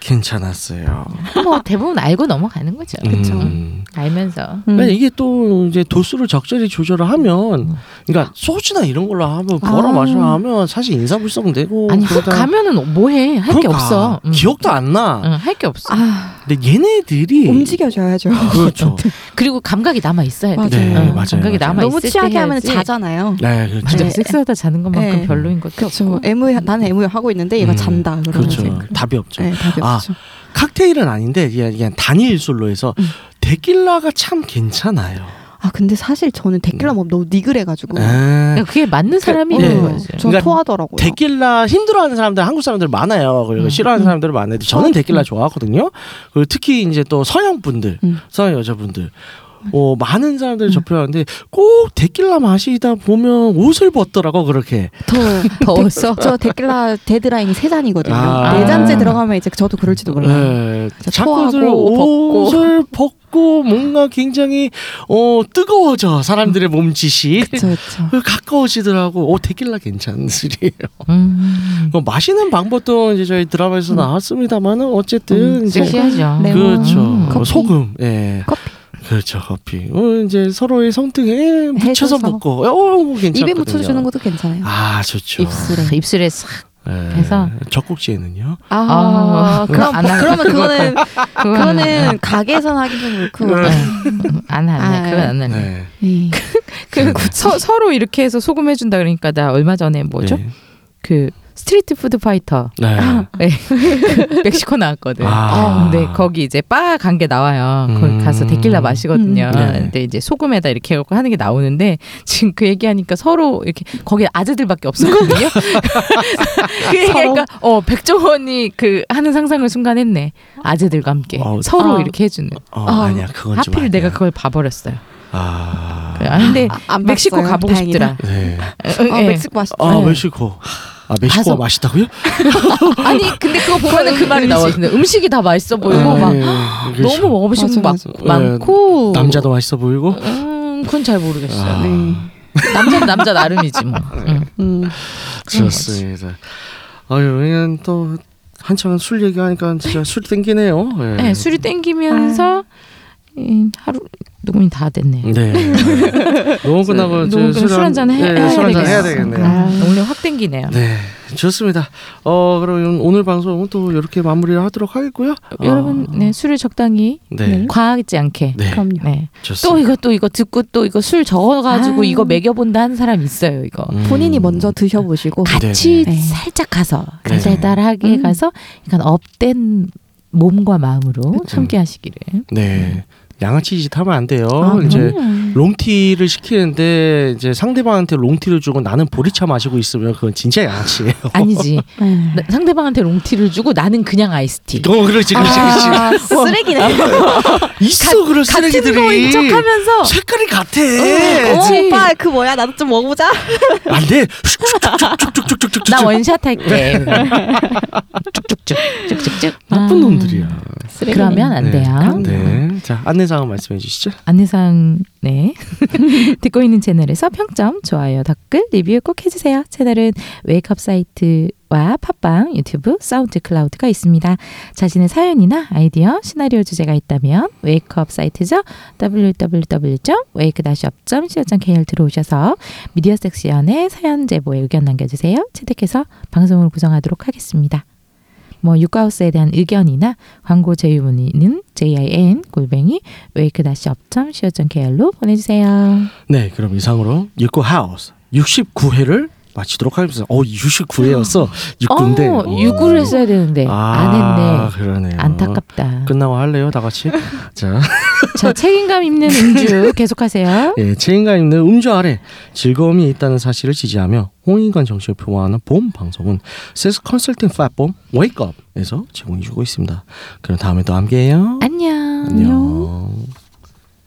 [SPEAKER 4] 괜찮았어요.
[SPEAKER 3] 뭐 대부분 알고 넘어가는 거죠.
[SPEAKER 2] 그쵸.
[SPEAKER 4] 음.
[SPEAKER 3] 알면서.
[SPEAKER 2] 음.
[SPEAKER 4] 근데 이게 또 이제 도수를 적절히 조절을 하면, 그러니까 소주나 이런 걸로 하면 벌어
[SPEAKER 2] 아.
[SPEAKER 4] 마시라 하면 사실 인사불성되고
[SPEAKER 3] 아니 훅
[SPEAKER 4] 그러다-
[SPEAKER 3] 가면은 뭐해 할 게
[SPEAKER 4] 그러니까
[SPEAKER 3] 없어. 음.
[SPEAKER 4] 기억도 안 나.
[SPEAKER 3] 응, 할게 없어.
[SPEAKER 2] 아
[SPEAKER 4] 근데 얘네들이
[SPEAKER 2] 움직여줘야죠.
[SPEAKER 3] [laughs]
[SPEAKER 4] 그렇죠.
[SPEAKER 3] 그리고 감각이 남아 있어야 돼.
[SPEAKER 2] 맞아요.
[SPEAKER 4] 네,
[SPEAKER 3] 응,
[SPEAKER 4] 맞아요.
[SPEAKER 3] 음, 감각이
[SPEAKER 4] 맞아요.
[SPEAKER 3] 남아
[SPEAKER 2] 너무
[SPEAKER 3] 있을
[SPEAKER 2] 취하게
[SPEAKER 3] 때
[SPEAKER 2] 하면
[SPEAKER 3] 해야지.
[SPEAKER 2] 자잖아요.
[SPEAKER 4] 네, 그렇죠.
[SPEAKER 3] 맞아
[SPEAKER 2] 네.
[SPEAKER 3] 섹스하다 자는 것만큼
[SPEAKER 2] 네.
[SPEAKER 3] 별로인 것도
[SPEAKER 2] 그렇죠.
[SPEAKER 3] 없고.
[SPEAKER 2] 애무해 나는 애무해 하고 있는데 얘가
[SPEAKER 4] 음.
[SPEAKER 2] 잔다 그러면
[SPEAKER 4] 그렇죠.
[SPEAKER 2] 이제
[SPEAKER 4] 답이 없죠.
[SPEAKER 3] 음.
[SPEAKER 2] 네, 답이
[SPEAKER 4] 아.
[SPEAKER 2] 없죠.
[SPEAKER 4] 칵테일은 아닌데 그냥, 그냥 단일 술로 해서
[SPEAKER 2] 음.
[SPEAKER 4] 데킬라가 참 괜찮아요.
[SPEAKER 2] 아 근데 사실 저는 데킬라 먹으면 너무 니글해가지고
[SPEAKER 4] 음. 아,
[SPEAKER 3] 그러니까 그게 맞는 사람이
[SPEAKER 4] 네.
[SPEAKER 3] 있는
[SPEAKER 2] 어,
[SPEAKER 3] 거지.
[SPEAKER 2] 저
[SPEAKER 4] 그러니까
[SPEAKER 2] 토하더라고요.
[SPEAKER 4] 데킬라 힘들어하는 사람들 한국 사람들 많아요. 그리고
[SPEAKER 3] 음.
[SPEAKER 4] 싫어하는 사람들은 많은데 저는 데킬라 좋아하거든요. 그리고 특히 이제 또 서양 분들,
[SPEAKER 2] 음.
[SPEAKER 4] 서양 여자분들. 어, 많은 사람들 접해왔는데 꼭 데킬라 마시다 보면 옷을 벗더라고 그렇게.
[SPEAKER 2] 더
[SPEAKER 3] 더웠어.
[SPEAKER 2] [laughs] 저 데킬라 데드라인 세 잔이거든요.
[SPEAKER 4] 아.
[SPEAKER 2] 네 잔째 들어가면 이제 저도 그럴지도 몰라요.
[SPEAKER 4] 네,
[SPEAKER 2] 진짜
[SPEAKER 4] 자꾸들
[SPEAKER 2] 토하고
[SPEAKER 4] 옷을 벗고 뭔가 굉장히 어 뜨거워져 사람들의 몸짓이
[SPEAKER 2] 그렇죠, 그렇죠.
[SPEAKER 4] 그 가까워지더라고. 오 데킬라 괜찮은 술이에요.
[SPEAKER 3] 음.
[SPEAKER 4] 어, 마시는 방법도 이제 저희 드라마에서 나왔습니다만은 어쨌든
[SPEAKER 2] 음,
[SPEAKER 4] 이제
[SPEAKER 3] 섹시하죠.
[SPEAKER 2] 네. 레몬,
[SPEAKER 4] 그렇죠.
[SPEAKER 3] 음,
[SPEAKER 2] 커피.
[SPEAKER 4] 소금, 예.
[SPEAKER 2] 커피.
[SPEAKER 4] 그렇죠, 커피. 어, 이제 서로의
[SPEAKER 3] 네,
[SPEAKER 4] 성등에 묻혀서
[SPEAKER 2] 해줘서.
[SPEAKER 4] 먹고, 어, 괜찮거든요.
[SPEAKER 2] 입에 묻혀주는 것도 괜찮아요.
[SPEAKER 4] 아, 좋죠.
[SPEAKER 3] 입술에 입술에 싹.
[SPEAKER 4] 예.
[SPEAKER 3] 해서.
[SPEAKER 4] 젖꼭지에는,요.
[SPEAKER 2] 아,
[SPEAKER 3] 아,
[SPEAKER 2] 그럼
[SPEAKER 3] 그거 안 하-
[SPEAKER 2] 그러면 그거는
[SPEAKER 3] 네.
[SPEAKER 2] 그거는 가게에선 하기 좀 그렇고.
[SPEAKER 3] [laughs] 안
[SPEAKER 2] 아,
[SPEAKER 3] 하네. 그건 안 하네.
[SPEAKER 4] 네.
[SPEAKER 2] 네.
[SPEAKER 3] 그 서, 서로 이렇게 해서 소금 해준다 그러니까 나 얼마 전에 뭐죠?
[SPEAKER 4] 네.
[SPEAKER 3] 그 스트리트 푸드 파이터
[SPEAKER 4] 네.
[SPEAKER 3] [laughs] 멕시코 나왔거든.
[SPEAKER 4] 아.
[SPEAKER 3] 근데 거기 이제 바 간 게 나와요.
[SPEAKER 4] 음.
[SPEAKER 3] 거기 가서 데킬라 마시거든요.
[SPEAKER 4] 음. 네네.
[SPEAKER 3] 근데 이제 소금에다 이렇게 해갖고 하는 게 나오는데 지금 그 얘기하니까 서로 이렇게 거기 아재들밖에 없었거든요. [laughs] 그 얘기하니까 어 백종원이 그 하는 상상을 순간 했네. 아재들과 함께
[SPEAKER 4] 어,
[SPEAKER 3] 서로
[SPEAKER 2] 아.
[SPEAKER 3] 이렇게 해주는.
[SPEAKER 4] 어,
[SPEAKER 2] 아,
[SPEAKER 4] 아니야, 그건 좀.
[SPEAKER 3] 하필 내가
[SPEAKER 4] 아니야.
[SPEAKER 3] 그걸 봐버렸어요.
[SPEAKER 4] 아.
[SPEAKER 3] 아, 근데
[SPEAKER 2] 아, 안
[SPEAKER 3] 멕시코
[SPEAKER 2] 봤어요?
[SPEAKER 3] 가보고
[SPEAKER 2] 다행이다.
[SPEAKER 3] 싶더라.
[SPEAKER 4] 네.
[SPEAKER 3] 응,
[SPEAKER 2] 아,
[SPEAKER 3] 예.
[SPEAKER 2] 멕시코 맛있다.
[SPEAKER 4] 아, 멕시코. 아 멕시코가
[SPEAKER 3] 가서- 어,
[SPEAKER 4] 맛있다고요?
[SPEAKER 3] [laughs] 아니 근데 그거 보면은 그 말이 나오는데 음식이 다 맛있어
[SPEAKER 4] 아,
[SPEAKER 3] 보이고 막
[SPEAKER 4] 막
[SPEAKER 3] 너무 먹어보고 싶은
[SPEAKER 2] 맞아,
[SPEAKER 3] 거 많-
[SPEAKER 4] 맞아.
[SPEAKER 3] 많고
[SPEAKER 4] 예, 네. 그렇죠. 남자도 맛있어 보이고
[SPEAKER 3] 음 그건 잘 모르겠어요.
[SPEAKER 4] 아. 예.
[SPEAKER 2] 네.
[SPEAKER 3] 남자는 남자 나름이지 뭐. 응.
[SPEAKER 2] 음.
[SPEAKER 3] 그런
[SPEAKER 4] 좋습니다. 아유 그냥 또 한참 술 얘기하니까 진짜 술 땡기네요. 예.
[SPEAKER 3] 네, 술이 땡기면서 이 하루 녹음이 다 됐네.
[SPEAKER 4] 네. 녹음 끝나고
[SPEAKER 3] 녹음 끝나고 술 한잔 해- 해야
[SPEAKER 4] 술한잔 해야
[SPEAKER 3] 되겠어.
[SPEAKER 4] 되겠네요.
[SPEAKER 3] 아, 오늘 확 땡기네요.
[SPEAKER 4] 네, 좋습니다. 어, 그럼 오늘 방송은 또 이렇게 마무리를 하도록 하겠고요. 어,
[SPEAKER 3] 여러분 네, 술을 적당히
[SPEAKER 4] 네.
[SPEAKER 3] 과하지 않게.
[SPEAKER 4] 네,
[SPEAKER 2] 그럼요.
[SPEAKER 3] 네. 또
[SPEAKER 4] 좋습니다.
[SPEAKER 3] 이거 또 이거 듣고 또 이거 술 적어가지고
[SPEAKER 2] 아.
[SPEAKER 3] 이거 먹여본다 하는 사람 있어요 이거.
[SPEAKER 4] 음.
[SPEAKER 2] 본인이 먼저 드셔보시고
[SPEAKER 4] 네,
[SPEAKER 3] 같이
[SPEAKER 2] 네.
[SPEAKER 3] 살짝 가서
[SPEAKER 4] 네.
[SPEAKER 3] 달달하게
[SPEAKER 2] 음.
[SPEAKER 3] 가서 약간 업된 몸과 마음으로
[SPEAKER 4] 그렇죠.
[SPEAKER 3] 함께하시기를.
[SPEAKER 4] 네, 양아치 짓 하면 안 돼요. 이제 어, 롱티를 시키는데 이제 상대방한테 롱티를 주고 나는 보리차 마시고 있으면 그건 진짜 양아치예요. 어,
[SPEAKER 3] 아니지
[SPEAKER 2] 네.
[SPEAKER 3] 나- 상대방한테 롱티를 주고 나는 그냥 아이스티.
[SPEAKER 4] 어, 그렇지, 그렇지, 그렇지.
[SPEAKER 2] 아, 쓰레기네.
[SPEAKER 4] 있어 그런
[SPEAKER 3] 같은
[SPEAKER 4] 쓰레기들이.
[SPEAKER 3] 거인 척하면서
[SPEAKER 4] 색깔이 같아.
[SPEAKER 2] 어,
[SPEAKER 3] 그치.
[SPEAKER 2] 오빠 그 뭐야 나도 좀 먹어보자.
[SPEAKER 4] 안 돼. 쭉쭉쭉쭉쭉쭉쭉쭉쭉.
[SPEAKER 3] 나 원샷
[SPEAKER 4] 네.
[SPEAKER 3] 할게. 쭉쭉쭉 쭉쭉쭉.
[SPEAKER 4] 나쁜
[SPEAKER 3] 아,
[SPEAKER 4] 놈들이야.
[SPEAKER 3] 그러면 안 돼요.
[SPEAKER 4] 네. 네. 자, 안내 사항 말씀해 주시죠.
[SPEAKER 3] 안내상 네 [laughs] 듣고 있는 채널에서 평점, 좋아요, 댓글, 리뷰 꼭 해주세요. 채널은 웨이크업 사이트와 팟빵, 유튜브, 사운드 클라우드가 있습니다. 자신의 사연이나 아이디어, 시나리오 주제가 있다면 웨이크업 사이트죠. www.wake-up.co.kr 들어오셔서 미디어 섹션에 사연 제보에 의견 남겨주세요. 채택해서 방송을 구성하도록 하겠습니다. 뭐 유카우스에 대한 의견이나 광고 제휴 문의는 jin 골뱅이 wake-up.co.kr로 보내주세요.
[SPEAKER 4] 네, 그럼 이상으로 육구 하우스 69회를 마치도록 하겠습니다. 어, 69회였어. 육구인데. 아. 어.
[SPEAKER 3] 어, 육구를 했어야 되는데 안 했네.
[SPEAKER 4] 그러네요.
[SPEAKER 3] 안타깝다.
[SPEAKER 4] 끝나고 할래요, 다 같이? [laughs] 자,
[SPEAKER 3] 자 책임감 있는
[SPEAKER 4] [laughs]
[SPEAKER 3] 음주 계속하세요.
[SPEAKER 4] 예, 책임감 있는 음주 아래 즐거움이 있다는 사실을 지지하며 홍인간 정신을 표방하는 봄 방송은 세스 컨설팅 플랫폼 웨이크업에서 제공해주고 있습니다. 그럼 다음에 또 함께해요.
[SPEAKER 3] 안녕.
[SPEAKER 4] 안녕.